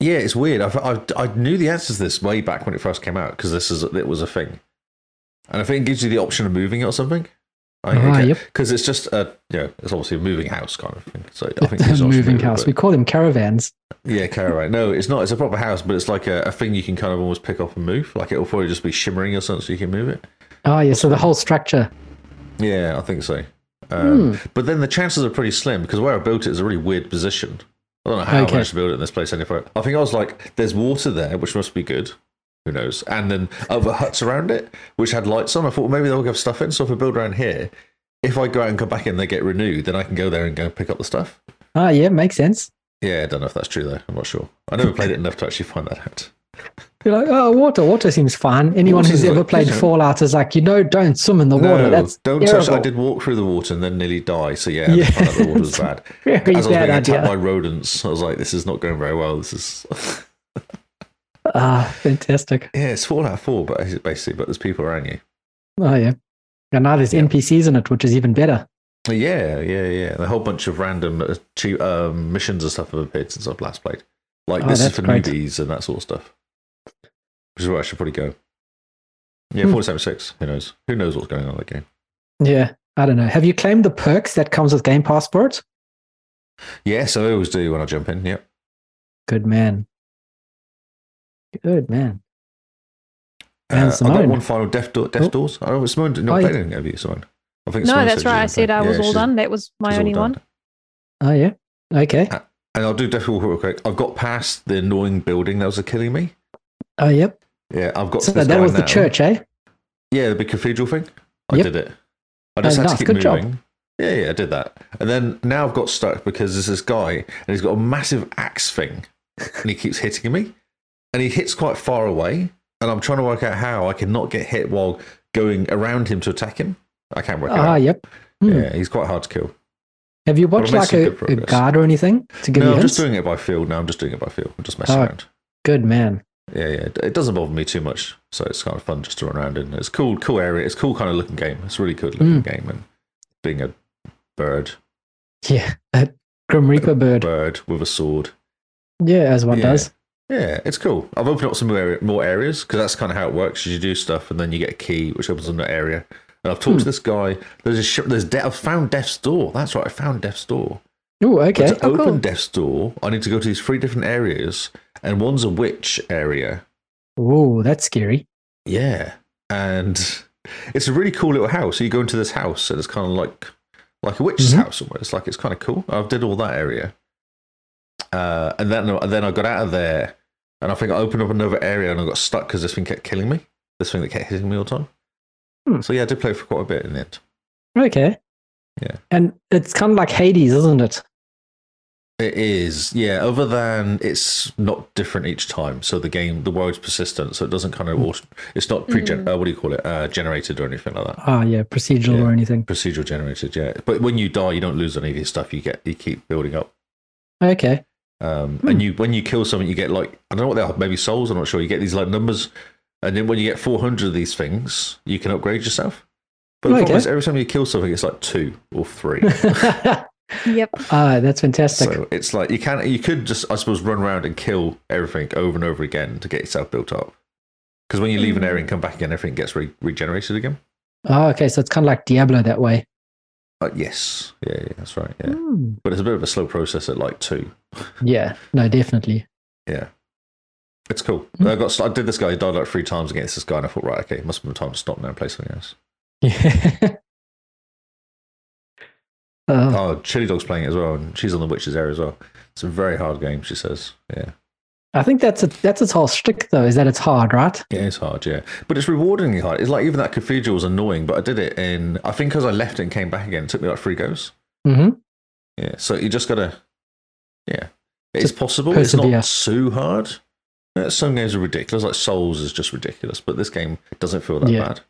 Speaker 4: Yeah, it's weird. I've, I've, I knew the answer to this way back when it first came out because this is it was a thing, and I think it gives you the option of moving it or something.
Speaker 2: Ah,
Speaker 4: I
Speaker 2: yep.
Speaker 4: because it's just a you know, it's obviously a moving house kind of thing. So
Speaker 2: [LAUGHS]
Speaker 4: I think
Speaker 2: It's
Speaker 4: it's
Speaker 2: a moving house. We call them caravans.
Speaker 4: yeah, Caraway. No, it's not. It's a proper house, but it's like a, a thing you can kind of almost pick up and move. Like it'll probably just be shimmering or something, so you can move it.
Speaker 2: Oh, yeah. So the whole structure.
Speaker 4: Yeah, I think so. Um, But then the chances are pretty slim because where I built it is a really weird position. I don't know how
Speaker 2: Okay.
Speaker 4: I managed to build it in this place anyway. I think I was like, there's water there, which must be good. Who knows? And then other huts around it, which had lights on. I thought well, maybe they'll have stuff in. So if I build around here, if I go out and come back in, they get renewed, then I can go there and go and pick up the stuff.
Speaker 2: Oh, yeah. Makes sense.
Speaker 4: Yeah, I don't know if that's true though. I'm not sure. I never played it enough to actually find that out.
Speaker 2: You're like, oh, water. Water seems fine. Anyone
Speaker 4: Water
Speaker 2: who's
Speaker 4: is
Speaker 2: ever
Speaker 4: like-
Speaker 2: played
Speaker 4: you know-
Speaker 2: Fallout is like, you know, don't swim in the water. That's
Speaker 4: don't
Speaker 2: terrible.
Speaker 4: touch. I did walk through the water and then nearly die.
Speaker 2: [LAUGHS]
Speaker 4: So yeah,
Speaker 2: Yeah.
Speaker 4: I found out the water
Speaker 2: [LAUGHS]
Speaker 4: was bad.
Speaker 2: Very
Speaker 4: [LAUGHS] As I was
Speaker 2: bad
Speaker 4: being
Speaker 2: idea.
Speaker 4: attacked by rodents, I was like, "This is not going very well." This is [LAUGHS]
Speaker 2: Ah, fantastic.
Speaker 4: yeah, it's Fallout Four, but basically, but there's people around you.
Speaker 2: Oh, yeah. And now there's NPCs in it, which is even better.
Speaker 4: Yeah, yeah, yeah. A whole bunch of random uh, cheap, um, missions and stuff have appeared since I've last played. Like
Speaker 2: Oh,
Speaker 4: this is
Speaker 2: that's
Speaker 4: for
Speaker 2: great.
Speaker 4: newbies and that sort of stuff. Which is where I should probably go. Yeah,
Speaker 2: Hmm.
Speaker 4: forty-seven six. Who knows? Who knows what's going on in that game?
Speaker 2: Yeah. I don't know. Have you claimed the perks that comes with Game Passport?
Speaker 4: Yes, I always do when I jump in. Yep.
Speaker 2: Good man. Good man.
Speaker 4: Uh,
Speaker 2: And
Speaker 4: I've got
Speaker 2: Simone.
Speaker 4: one final Death, Door, Death
Speaker 2: Oh.
Speaker 4: Doors. I don't. Simone did not
Speaker 2: Oh,
Speaker 4: play
Speaker 2: yeah.
Speaker 4: anything have you, Simone? I think
Speaker 3: No,
Speaker 4: Simone
Speaker 3: that's
Speaker 4: said she
Speaker 3: right. I
Speaker 4: didn't
Speaker 3: said
Speaker 4: play.
Speaker 3: I was
Speaker 4: Yeah,
Speaker 3: all
Speaker 4: she's-
Speaker 3: done. That was my
Speaker 4: she's all
Speaker 3: only
Speaker 4: done.
Speaker 3: one.
Speaker 2: Oh yeah. Okay.
Speaker 4: Uh, And I'll do Death Door real quick. I've got past the annoying building that was killing me.
Speaker 2: Oh yep.
Speaker 4: Yeah, I've got.
Speaker 2: So
Speaker 4: to this
Speaker 2: that
Speaker 4: guy
Speaker 2: was the
Speaker 4: now.
Speaker 2: church, eh?
Speaker 4: Yeah, the big cathedral thing. I
Speaker 2: Yep.
Speaker 4: did it. I just
Speaker 2: Oh,
Speaker 4: had
Speaker 2: nice.
Speaker 4: to keep
Speaker 2: Good job.
Speaker 4: moving. Yeah, yeah, I did that. And then now I've got stuck because there's this guy and he's got a massive axe thing and he keeps hitting me. And he hits quite far away. And I'm trying to work out how I can not get hit while going around him to attack him. I can't work it
Speaker 2: Ah,
Speaker 4: out.
Speaker 2: yep. Hmm.
Speaker 4: Yeah, he's quite hard to kill.
Speaker 2: Have you watched
Speaker 4: made
Speaker 2: like
Speaker 4: some
Speaker 2: a,
Speaker 4: good
Speaker 2: a
Speaker 4: progress.
Speaker 2: guard or anything to give
Speaker 4: no,
Speaker 2: you
Speaker 4: I'm
Speaker 2: hints?
Speaker 4: just doing it by feel. No, I'm just doing it by feel. I'm just messing
Speaker 2: Oh.
Speaker 4: around.
Speaker 2: Good man. [LAUGHS]
Speaker 4: Yeah, yeah. It- It doesn't bother me too much. So it's kind of fun just to run around in. It's cool, cool area. It's cool kind of looking game. It's a really good
Speaker 2: Hmm.
Speaker 4: looking game. And being a bird
Speaker 2: Yeah. [LAUGHS] That Grim Reaper bird.
Speaker 4: bird with a sword.
Speaker 2: Yeah, as one
Speaker 4: Yeah.
Speaker 2: does.
Speaker 4: Yeah, it's cool. I've opened up some more, area, more areas because that's kind of how it works. Is you do stuff and then you get a key which opens another area. And I've
Speaker 2: Hmm.
Speaker 4: talked to this guy. There's a ship. There's de- I've found Death's door. That's right. I found Death's door.
Speaker 2: Oh,
Speaker 4: But
Speaker 2: okay.
Speaker 4: to
Speaker 3: Oh,
Speaker 4: open
Speaker 3: cool.
Speaker 4: Death's door, I need to go to these three different areas, and one's a witch area.
Speaker 2: Oh, that's scary.
Speaker 4: Yeah, and it's a really cool little house. So you go into this house, and it's kind of like like a witch's
Speaker 2: Mhm.
Speaker 4: house almost. Like it's kind of cool. I did all that area, uh, and then and then I got out of there, and I think I opened up another area, and I got stuck because this thing kept killing me. This thing that kept hitting me all the time.
Speaker 2: Hmm.
Speaker 4: So yeah, I did play for quite a bit in the end.
Speaker 2: Okay.
Speaker 4: Yeah.
Speaker 2: And it's kind of like Hades, isn't it?
Speaker 4: It is, yeah. Other than it's not different each time, so the game, the world's persistent, so it doesn't kind of, auto, it's not pre, gen uh, what do you call it, uh, generated or anything like that.
Speaker 2: Ah, yeah, procedural
Speaker 4: Yeah.
Speaker 2: or anything.
Speaker 4: procedural generated yeah but when you die you don't lose any of your stuff you get you keep building up
Speaker 2: Okay. [LAUGHS]
Speaker 4: um
Speaker 2: Hmm.
Speaker 4: and you when you kill something you get like i don't know what they are maybe souls i'm not sure you get these like numbers and then when you get 400 of these things you can upgrade yourself but the
Speaker 2: Okay.
Speaker 4: problem is every time you kill something it's like two or three
Speaker 2: ah,
Speaker 3: Yep.
Speaker 2: [LAUGHS] that's fantastic.
Speaker 4: so it's like you can you could just i suppose run around and kill everything over and over again to get yourself built up because when you leave
Speaker 2: Hmm.
Speaker 4: an area and come back again everything gets re- regenerated again
Speaker 2: oh, okay. So it's kind of like Diablo that way.
Speaker 4: uh, yes yeah, yeah that's right yeah
Speaker 2: Hmm.
Speaker 4: but it's a bit of a slow process at like two
Speaker 2: Yeah. No, definitely.
Speaker 4: Yeah. It's cool.
Speaker 2: Hmm.
Speaker 4: I got I did this guy, he died like three times against this guy, and I thought, right, okay, must have been time to stop now and play something else.
Speaker 2: Yeah. oh,
Speaker 4: Oh, Chili Dog's playing it as well, and she's on the Witches area as well. It's a very hard game, she says. Yeah.
Speaker 2: I think that's a, that's its whole shtick, though, is that it's hard, right?
Speaker 4: It is hard, yeah. But it's rewardingly hard. It's like even that cathedral was annoying, but I did it in I think because I left it and came back again, it took me like three goes.
Speaker 2: hmm
Speaker 4: Yeah. So you just gotta Yeah. It's
Speaker 2: Just
Speaker 4: possible. It's
Speaker 2: persevere.
Speaker 4: not too hard. Uh, Some games are ridiculous, like Souls is just ridiculous, but this game doesn't feel that
Speaker 2: Yeah.
Speaker 4: bad.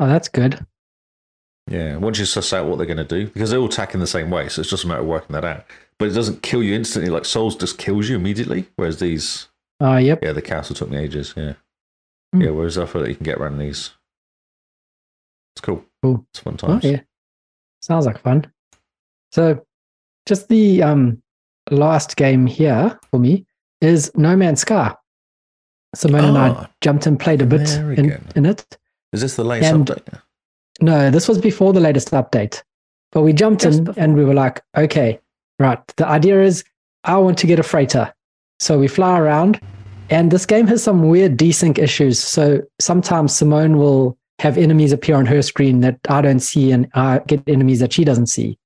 Speaker 2: Oh, that's good.
Speaker 4: Yeah, once you suss out what they're going to do, because they're all attacking the same way, so it's just a matter of working that out. But it doesn't kill you instantly, like Souls just kills you immediately. Whereas these,
Speaker 2: Oh, yep.
Speaker 4: yeah, the castle took me ages. Yeah,
Speaker 2: Hmm.
Speaker 4: yeah. Whereas I feel that you can get around these. It's cool.
Speaker 2: Cool.
Speaker 4: It's fun
Speaker 2: Oh,
Speaker 4: times.
Speaker 2: yeah. Sounds like fun. So, just the um, last game here for me is No Man's Sky. Simone and I
Speaker 4: Ah,
Speaker 2: jumped and played a bit in,
Speaker 4: American.
Speaker 2: in it.
Speaker 4: Is this the latest
Speaker 2: And-
Speaker 4: update?
Speaker 2: No, this was before the latest update. But we jumped
Speaker 3: Just
Speaker 2: in
Speaker 3: before.
Speaker 2: and we were like, okay, right. The idea is I want to get a freighter. So we fly around and this game has some weird desync issues. So sometimes Simone will have enemies appear on her screen that I don't see and I get enemies that she doesn't see.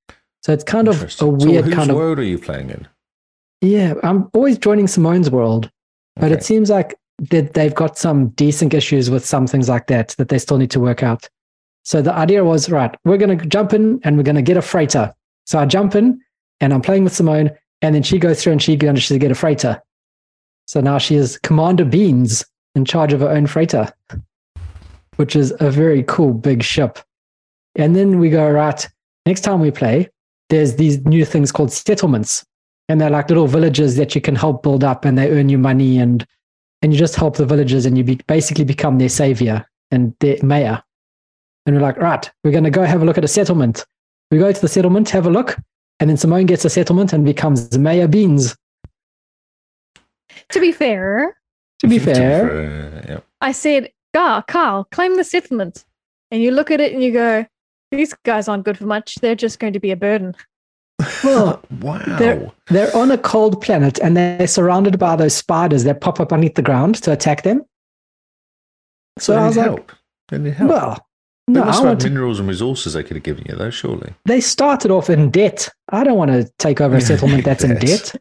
Speaker 2: So it's kind of a
Speaker 4: Interesting. So
Speaker 2: weird
Speaker 4: whose
Speaker 2: kind of
Speaker 4: world are you playing in?
Speaker 2: yeah, I'm always joining Simone's world, but
Speaker 4: Okay.
Speaker 2: it seems like that they've got some desync issues with some things like that that they still need to work out. So the idea was right, we're going to jump in and we're going to get a freighter. So I jump in and I'm playing with Simone, and then she goes through and she manages to get a freighter. So now she is Commander Beans in charge of her own freighter, which is a very cool big ship. And then we go right. Next time we play, there's these new things called settlements and they're like little villages that you can help build up and they earn you money and and you just help the villagers and you be, basically become their savior and their mayor And we're like, right, we're going to go have a look at a settlement. We go to the settlement, have a look, and then Simone gets a settlement and becomes Mayor Beans.
Speaker 3: To be fair,
Speaker 2: To
Speaker 4: [LAUGHS]
Speaker 2: be fair,
Speaker 4: yeah.
Speaker 3: I said, Gar, Carl, claim the settlement. And you look at it and you go, these guys aren't good for much. They're just going to be a burden.
Speaker 2: well, [LAUGHS]
Speaker 4: Ah, Wow.
Speaker 2: There- they're on a cold planet and they're surrounded by those spiders that pop up underneath the ground to attack them. So
Speaker 4: they
Speaker 2: I
Speaker 4: need
Speaker 2: was like,
Speaker 4: help. They need help.
Speaker 2: well,
Speaker 4: they
Speaker 2: no, I
Speaker 4: must have had
Speaker 2: want to,
Speaker 4: minerals and resources they could have given you, though, surely.
Speaker 2: they started off in debt. I don't want to take over a
Speaker 4: Yeah,
Speaker 2: settlement that's in
Speaker 4: debt.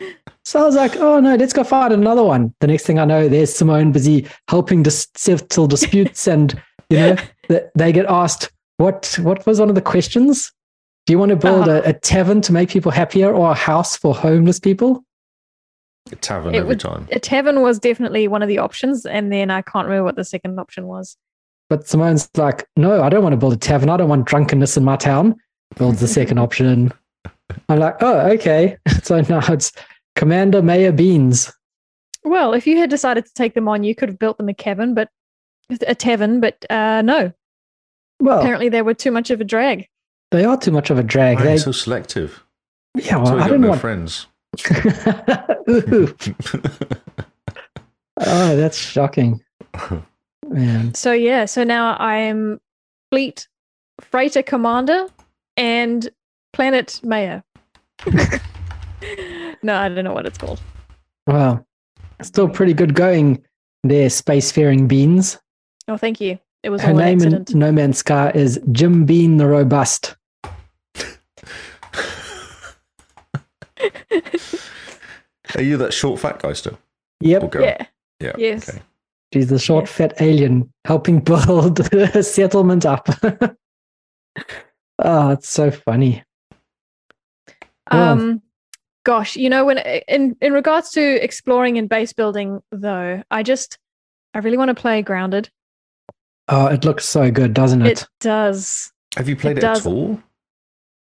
Speaker 2: debt. So I was like, oh no, let's go find another one. The next thing I know, there's Simone busy helping dis- settle disputes, and you know th- they get asked what what was one of the questions? Do you want to build a, a tavern to make people happier, or a house for homeless people?
Speaker 4: A tavern
Speaker 3: It
Speaker 4: every
Speaker 3: would-
Speaker 4: time.
Speaker 3: A tavern was definitely one of the options. And then I can't remember what the second option was.
Speaker 2: But Simone's like, no, I don't want to build a tavern. I don't want drunkenness in my town. Builds the second option. I'm like, oh, okay. [LAUGHS] So now it's Commander Mayor Beans.
Speaker 3: Well, if you had decided to take them on, you could have built them a cabin, but a tavern, but uh, no.
Speaker 2: Well,
Speaker 3: Apparently, they were too much of a drag.
Speaker 2: they are too much of a
Speaker 4: Why
Speaker 2: drag.
Speaker 4: are
Speaker 2: They,
Speaker 4: you so selective?
Speaker 2: yeah,
Speaker 4: so
Speaker 2: well,
Speaker 4: you
Speaker 2: I
Speaker 4: got
Speaker 2: don't
Speaker 4: no
Speaker 2: want.
Speaker 4: friends. [LAUGHS]
Speaker 2: [LAUGHS] Ooh. oh, that's
Speaker 4: [LAUGHS]
Speaker 2: shocking. Man.
Speaker 3: So yeah, so now I am fleet freighter commander and planet mayor. [LAUGHS] no, I don't know what it's called.
Speaker 2: Well, still pretty good going there, spacefaring beans.
Speaker 3: Oh, thank you. It was
Speaker 2: Her
Speaker 3: all an
Speaker 2: name in
Speaker 3: accident.
Speaker 2: No Man's Sky is Jim Bean the Robust.
Speaker 4: Are you that short fat guy still? Or
Speaker 2: Yep,
Speaker 4: girl?
Speaker 3: yeah.
Speaker 4: Yeah,
Speaker 3: Yes.
Speaker 4: okay.
Speaker 2: she's the short, fat alien helping [LAUGHS] build a settlement up. [LAUGHS] oh, it's so funny. Well-
Speaker 3: Um, gosh, you know, when in in regards to exploring and base building, though, I just I really want to play grounded.
Speaker 2: Oh, it looks so good, doesn't it?
Speaker 3: It does.
Speaker 4: Have you played
Speaker 3: It
Speaker 4: it, at
Speaker 3: does-
Speaker 4: all?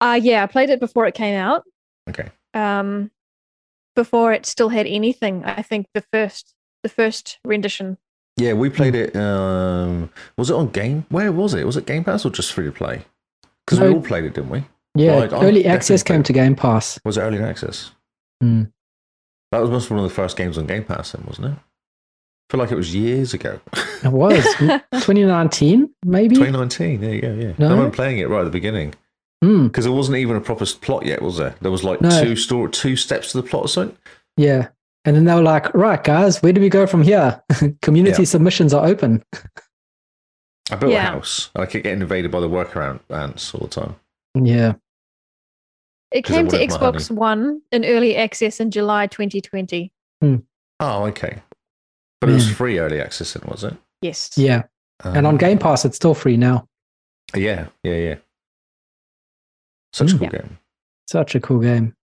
Speaker 3: Uh yeah, I played it before it came out.
Speaker 4: Okay.
Speaker 3: Um before it still had anything. I think the first the first rendition.
Speaker 4: Yeah, we played it. Um, was it on Game? Where was it? Was it Game Pass or just free to play? Because we
Speaker 2: No.
Speaker 4: all played it, didn't we?
Speaker 2: Oh, yeah,
Speaker 4: Like, I'm
Speaker 2: early access
Speaker 4: definitely-
Speaker 2: came to Game Pass.
Speaker 4: Was it early access?
Speaker 2: Hmm.
Speaker 4: That was must be one of the first games on Game Pass, then, wasn't it? I feel like it was years ago. [LAUGHS]
Speaker 2: It
Speaker 3: [LAUGHS]
Speaker 2: was 2019, maybe.
Speaker 4: 2019. There you go. Yeah,
Speaker 2: No?
Speaker 4: I remember playing it right at the beginning
Speaker 2: Hmm,
Speaker 4: because there wasn't even a proper s- plot yet, was there? There was like
Speaker 2: No.
Speaker 4: two store, two steps to the plot or something.
Speaker 2: yeah, and then they were like, "Right, guys, where do we go from here? [LAUGHS] Community submissions are open."
Speaker 4: I built
Speaker 3: Yeah.
Speaker 4: a house and I kept getting invaded by the workaround ants all the time.
Speaker 2: Yeah,
Speaker 3: It
Speaker 4: 'Cause I
Speaker 3: came to
Speaker 4: wanted my
Speaker 3: Xbox One in early access in July 2020.
Speaker 4: Oh, okay. But it was
Speaker 2: Man.
Speaker 4: free early access, then, was it?
Speaker 3: Yes.
Speaker 2: yeah. Hmm. and on
Speaker 4: Um,
Speaker 2: Game Pass, it's still free now.
Speaker 4: Yeah, yeah, yeah. Such a
Speaker 2: Mm.
Speaker 4: cool game.
Speaker 2: Such a cool game.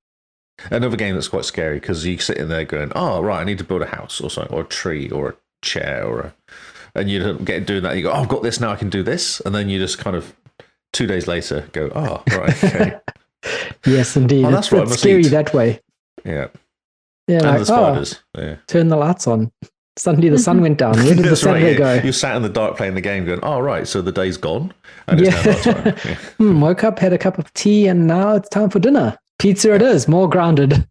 Speaker 4: Another game that's quite scary because you sit in there going, "Oh, right, I need to build a house or something, or a tree, or a chair, or a," and you don't get doing that. You go, "Oh, I've got this now. I can do this," and then you just kind of two days later go, "Oh,
Speaker 2: [LAUGHS]
Speaker 4: right, okay,
Speaker 2: Yes, indeed.
Speaker 4: Oh, that's
Speaker 2: it's
Speaker 4: right,
Speaker 2: it's
Speaker 4: must
Speaker 2: scary
Speaker 4: eat.
Speaker 2: that way.
Speaker 4: yeah."
Speaker 2: Yeah,
Speaker 4: and
Speaker 2: like,
Speaker 4: the
Speaker 2: oh,
Speaker 4: spiders, yeah.
Speaker 2: turn the lights on. [LAUGHS] Suddenly the
Speaker 4: [LAUGHS]
Speaker 2: sun went down. Where did the
Speaker 4: That's
Speaker 2: sun
Speaker 4: right, yeah.
Speaker 2: go?
Speaker 4: You sat in the dark playing the game, going, "Oh, right, so the day's gone, and it's
Speaker 2: Yeah.
Speaker 4: now
Speaker 2: [LAUGHS]
Speaker 4: night time." Yeah.
Speaker 2: Hmm, woke up, had a cup of tea, and now it's time for dinner. Pizza it is, more grounded.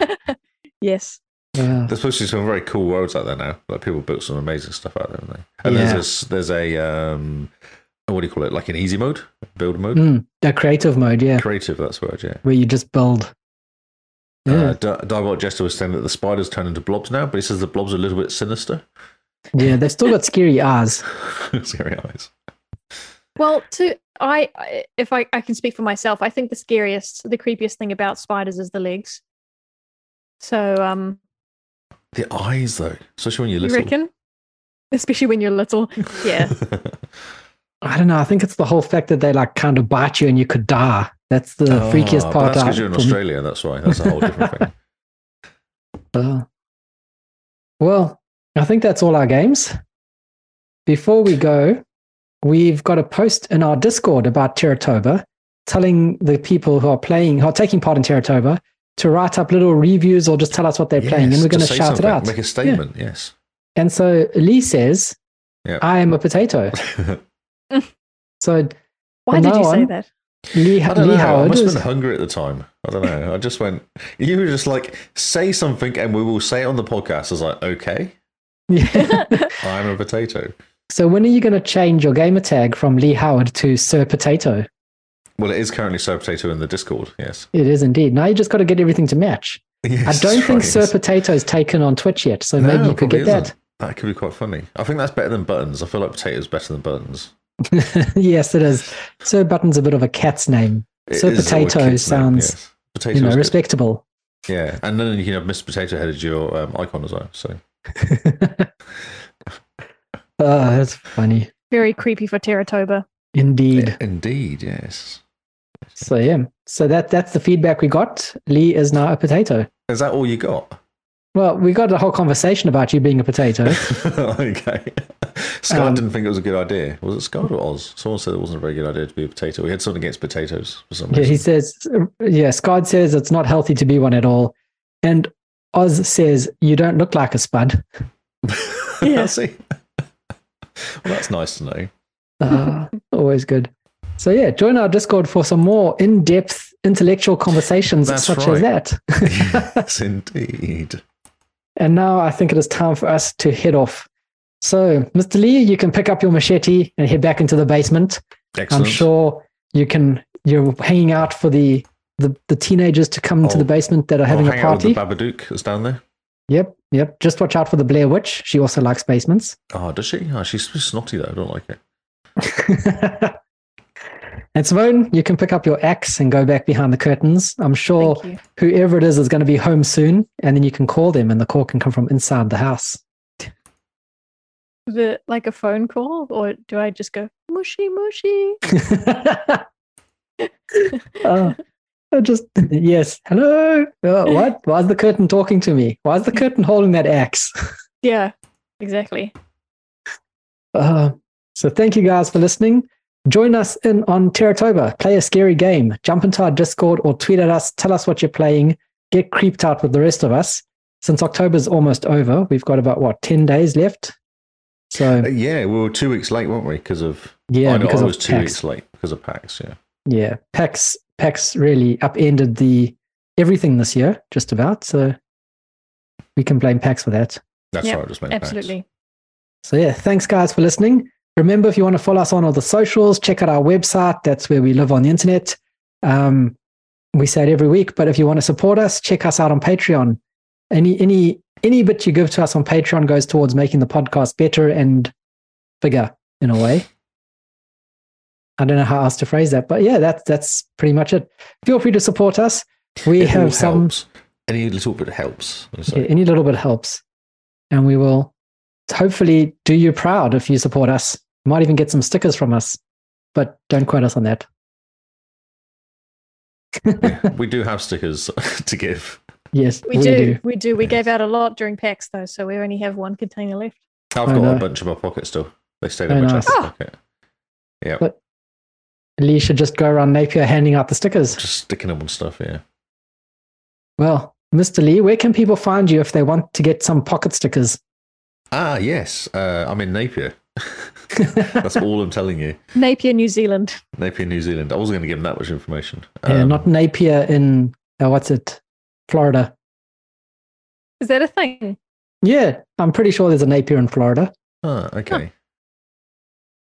Speaker 2: [LAUGHS]
Speaker 3: Yes.
Speaker 2: Yeah.
Speaker 4: There's supposed to be some very cool worlds out there now. Like people built some amazing stuff out there, haven't they? And
Speaker 2: Yeah.
Speaker 4: there's a, there's a um, what do you call it? Like an easy mode, build mode,
Speaker 2: Hmm, the creative mode, yeah,
Speaker 4: creative. That's the word. Yeah.
Speaker 2: where you just build.
Speaker 4: Uh,
Speaker 2: Yeah,
Speaker 4: Di- Diabolic Jester was saying that the spiders turn into blobs now, but he says the blobs are a little bit sinister. [LAUGHS]
Speaker 2: yeah, they've still got scary eyes.
Speaker 4: Scary eyes.
Speaker 3: Well, to I I- if I, I can speak for myself, I think the scariest, the creepiest thing about spiders is the legs. So um
Speaker 4: The eyes, though, especially when you're
Speaker 3: you
Speaker 4: little.
Speaker 3: reckon? Especially when you're
Speaker 4: [LAUGHS]
Speaker 3: little. Yeah.
Speaker 2: I don't know. I think it's the whole fact that they like kind of bite you and you could die. That's the
Speaker 4: Ah,
Speaker 2: freakiest
Speaker 4: but
Speaker 2: part.
Speaker 4: That's
Speaker 2: out
Speaker 4: because you're in
Speaker 2: for me.
Speaker 4: Australia. That's why. That's a whole different thing.
Speaker 2: Uh, well, I think that's all our games. Before we go, we've got a post in our Discord about Terratoba telling the people who are playing, who are taking part in Terratoba, to write up little reviews or just tell us what [LAUGHS] they're playing, and
Speaker 4: Yes,
Speaker 2: we're going to
Speaker 4: say
Speaker 2: shout it
Speaker 4: [LAUGHS] something,
Speaker 2: out.
Speaker 4: Make a statement. Yes.
Speaker 2: And so Lee says,
Speaker 4: Yeah.
Speaker 2: I am a
Speaker 4: [LAUGHS]
Speaker 2: potato. so
Speaker 3: Why
Speaker 2: From
Speaker 3: did you
Speaker 2: now
Speaker 3: say
Speaker 2: on-
Speaker 3: that?
Speaker 2: Lee, Lee
Speaker 4: I don't know. I
Speaker 2: Howard
Speaker 4: must have
Speaker 2: is
Speaker 4: been hungry at the time. I don't know. I just went. You were just like, say something, and we will say it on the podcast. I was like, okay,
Speaker 2: [LAUGHS] Yeah.
Speaker 4: [LAUGHS] I'm a potato.
Speaker 2: so when are you going to change your gamer tag from Lee Howard to Sir Potato?
Speaker 4: Well, it is currently Sir Potato in the Discord. Yes. [LAUGHS]
Speaker 2: It is indeed. Now you just got to get everything to match. I
Speaker 4: Yes,
Speaker 2: don't think
Speaker 4: right.
Speaker 2: Sir Potato's taken on Twitch yet, so maybe
Speaker 4: No,
Speaker 2: you could
Speaker 4: probably
Speaker 2: get
Speaker 4: isn't.
Speaker 2: that.
Speaker 4: That could be quite funny. I think that's better than buttons. I feel like potatoes better than buttons.
Speaker 2: [LAUGHS] yes, it is. Sir Button's a bit of a cat's name.
Speaker 4: It
Speaker 2: Sir
Speaker 4: is
Speaker 2: Potato
Speaker 4: all a kid's name,
Speaker 2: sounds,
Speaker 4: yes. Potato
Speaker 2: you know,
Speaker 4: is good.
Speaker 2: respectable.
Speaker 4: Yeah, and then you can have Mr. Potato Head as your um, icon as well. So
Speaker 2: Oh, that's funny.
Speaker 3: [LAUGHS] Very creepy for Terratoba.
Speaker 2: Indeed.
Speaker 4: indeed, yes.
Speaker 2: So yeah. So that that's the feedback we got. Lee is now a potato.
Speaker 4: Is that all you got?
Speaker 2: Well, we got a whole conversation about you being a potato.
Speaker 4: [LAUGHS] okay. Scott
Speaker 2: Um,
Speaker 4: didn't think it was a good idea. Was it Scott or Oz? Someone said it wasn't a very good idea to be a potato. We had something against potatoes for some
Speaker 2: yeah,
Speaker 4: reason.
Speaker 2: he says yeah, Scott says it's not healthy to be one at all. And Oz says you don't look like a spud.
Speaker 4: [LAUGHS]
Speaker 3: Yeah.
Speaker 4: I see. well, that's nice
Speaker 2: [LAUGHS]
Speaker 4: to know.
Speaker 2: Uh, always good. So yeah, join our Discord for some more in-depth intellectual conversations
Speaker 4: That's
Speaker 2: such as
Speaker 4: right.
Speaker 2: that.
Speaker 4: yes, indeed.
Speaker 2: and now I think it is time for us to head off. So, Mr. Lee, you can pick up your machete and head back into the basement.
Speaker 4: Excellent.
Speaker 2: I'm sure you can. You're hanging out for the the, the teenagers to come into
Speaker 4: I'll-
Speaker 2: the basement that are
Speaker 4: Oh, I'll
Speaker 2: having a
Speaker 4: hang out
Speaker 2: party.
Speaker 4: with the Babadook that's down there.
Speaker 2: yep, yep. Just watch out for the Blair Witch. She also likes basements.
Speaker 4: [LAUGHS]
Speaker 2: [LAUGHS]
Speaker 4: Oh, does she? Oh, she's snotty though. I don't like it.
Speaker 2: and Simone, you can pick up your axe and go back behind the curtains. I'm sure
Speaker 4: Oh.
Speaker 3: Thank you.
Speaker 2: whoever it is is going to be home soon, and then you can call them, and the call can come from inside the house. [LAUGHS]
Speaker 3: Is it like a phone call, or do I just go mushy mushy?
Speaker 2: Oh, I just [LAUGHS] yes, hello. Oh, what? Why's the curtain talking to me? Why's the curtain holding that axe? [LAUGHS]
Speaker 3: Yeah, exactly.
Speaker 2: Uh, so thank you guys for listening. Join us in on Terratoba. Play a scary game. Jump into our Discord or tweet at us. Tell us what you're playing. Get creeped out with the rest of us. Since October's almost over, we've got about what ten days left. So
Speaker 4: Uh, yeah, we were two weeks late, weren't we? Because of
Speaker 2: yeah,
Speaker 4: I, know,
Speaker 2: because
Speaker 4: I
Speaker 2: of
Speaker 4: was two
Speaker 2: PAX.
Speaker 4: weeks late because of PAX. Yeah,
Speaker 2: Yeah, PAX PAX really upended the everything this year, just about. So we can blame PAX for that.
Speaker 4: that's
Speaker 3: Yep,
Speaker 4: right. I just meant PAX.
Speaker 3: Absolutely.
Speaker 2: So yeah, thanks guys for listening. Remember, if you want to follow us on all the socials, check out our website. That's where we live on the internet. Um, we say it every week, but if you want to support us, check us out on Patreon. Any any any bit you give to us on Patreon goes towards making the podcast better and bigger in a way. I don't know how else to phrase that, but yeah, that's that's pretty much it. Feel free to support us. We
Speaker 4: It all
Speaker 2: have some
Speaker 4: helps. Any little bit helps. I'm
Speaker 2: yeah,
Speaker 4: sorry.
Speaker 2: any little bit helps. And we will hopefully do you proud if you support us. Might even get some stickers from us, but don't quote us on that.
Speaker 4: Yeah, we do have stickers [LAUGHS] to give.
Speaker 2: Yes,
Speaker 3: We, do. We do. We gave out a lot during PAX though, so we only have one container left.
Speaker 4: I've
Speaker 2: I
Speaker 4: got
Speaker 2: know.
Speaker 4: a bunch in my pocket still. They stayed
Speaker 2: Oh,
Speaker 4: in my
Speaker 2: nice.
Speaker 4: jacket
Speaker 3: Oh.
Speaker 4: pocket. Yeah,
Speaker 2: But- Lee should just go around Napier handing out the stickers.
Speaker 4: just sticking them on stuff. Yeah.
Speaker 2: Well, Mr. Lee, where can people find you if they want to get some pocket stickers? [LAUGHS]
Speaker 4: Ah, yes. Uh, I'm in Napier. [LAUGHS]
Speaker 2: yeah,
Speaker 4: That's all I'm telling you.
Speaker 3: Napier, New Zealand.
Speaker 4: Napier, New Zealand. I wasn't going to give them that much information. Um,
Speaker 2: not Napier in, uh, what's it, Florida.
Speaker 3: Is that a thing?
Speaker 2: Yeah, I'm pretty sure there's a Napier in Florida.
Speaker 4: Ah, okay.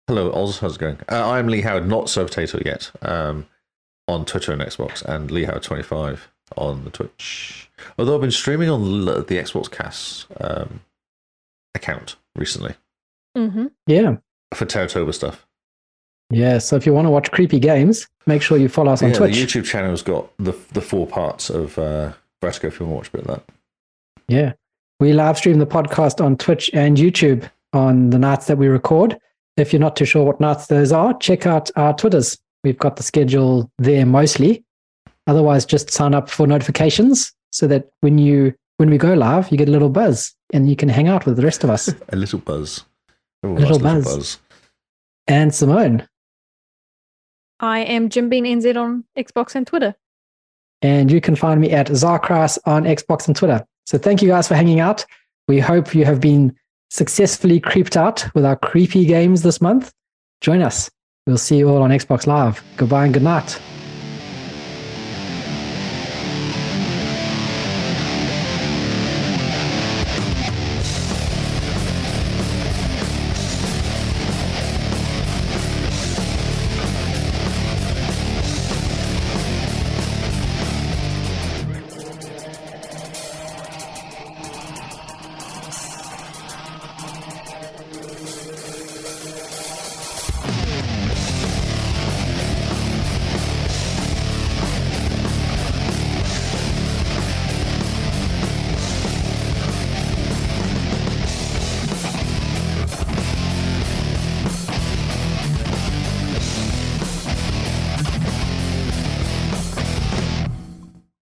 Speaker 4: Hello, Oz. How's it going? Uh, I'm Lee Howard, not Sir Potato yet, um, on Twitter and Xbox, and Lee Howard25 on the Twitch. Although I've been streaming on l- the Xbox Cast um, account recently
Speaker 3: Mm-hmm.
Speaker 2: Yeah.
Speaker 4: for Terratoba stuff.
Speaker 2: Yeah. So if you want to watch creepy games, make sure you follow us on
Speaker 4: yeah,
Speaker 2: Twitch.
Speaker 4: the YouTube channel's got the the four parts of uh, Vertigo if you want to watch a bit of that.
Speaker 2: Yeah. We live stream the podcast on Twitch and YouTube on the nights that we record. If you're not too sure what nights those are, check out our Twitters. We've got the schedule there mostly. Otherwise, just sign up for notifications so that when you when we go live, you get a little buzz and you can hang out with the rest of us.
Speaker 4: A little buzz. Oh,
Speaker 2: Little
Speaker 4: nice
Speaker 2: buzz. and Simone.
Speaker 3: I am Jim Bean NZ on Xbox and Twitter.
Speaker 2: And you can find me at Zarkras on Xbox and Twitter. So thank you guys for hanging out. We hope you have been successfully creeped out with our creepy games this month, join us. We'll see you all on Xbox Live. Goodbye and good night.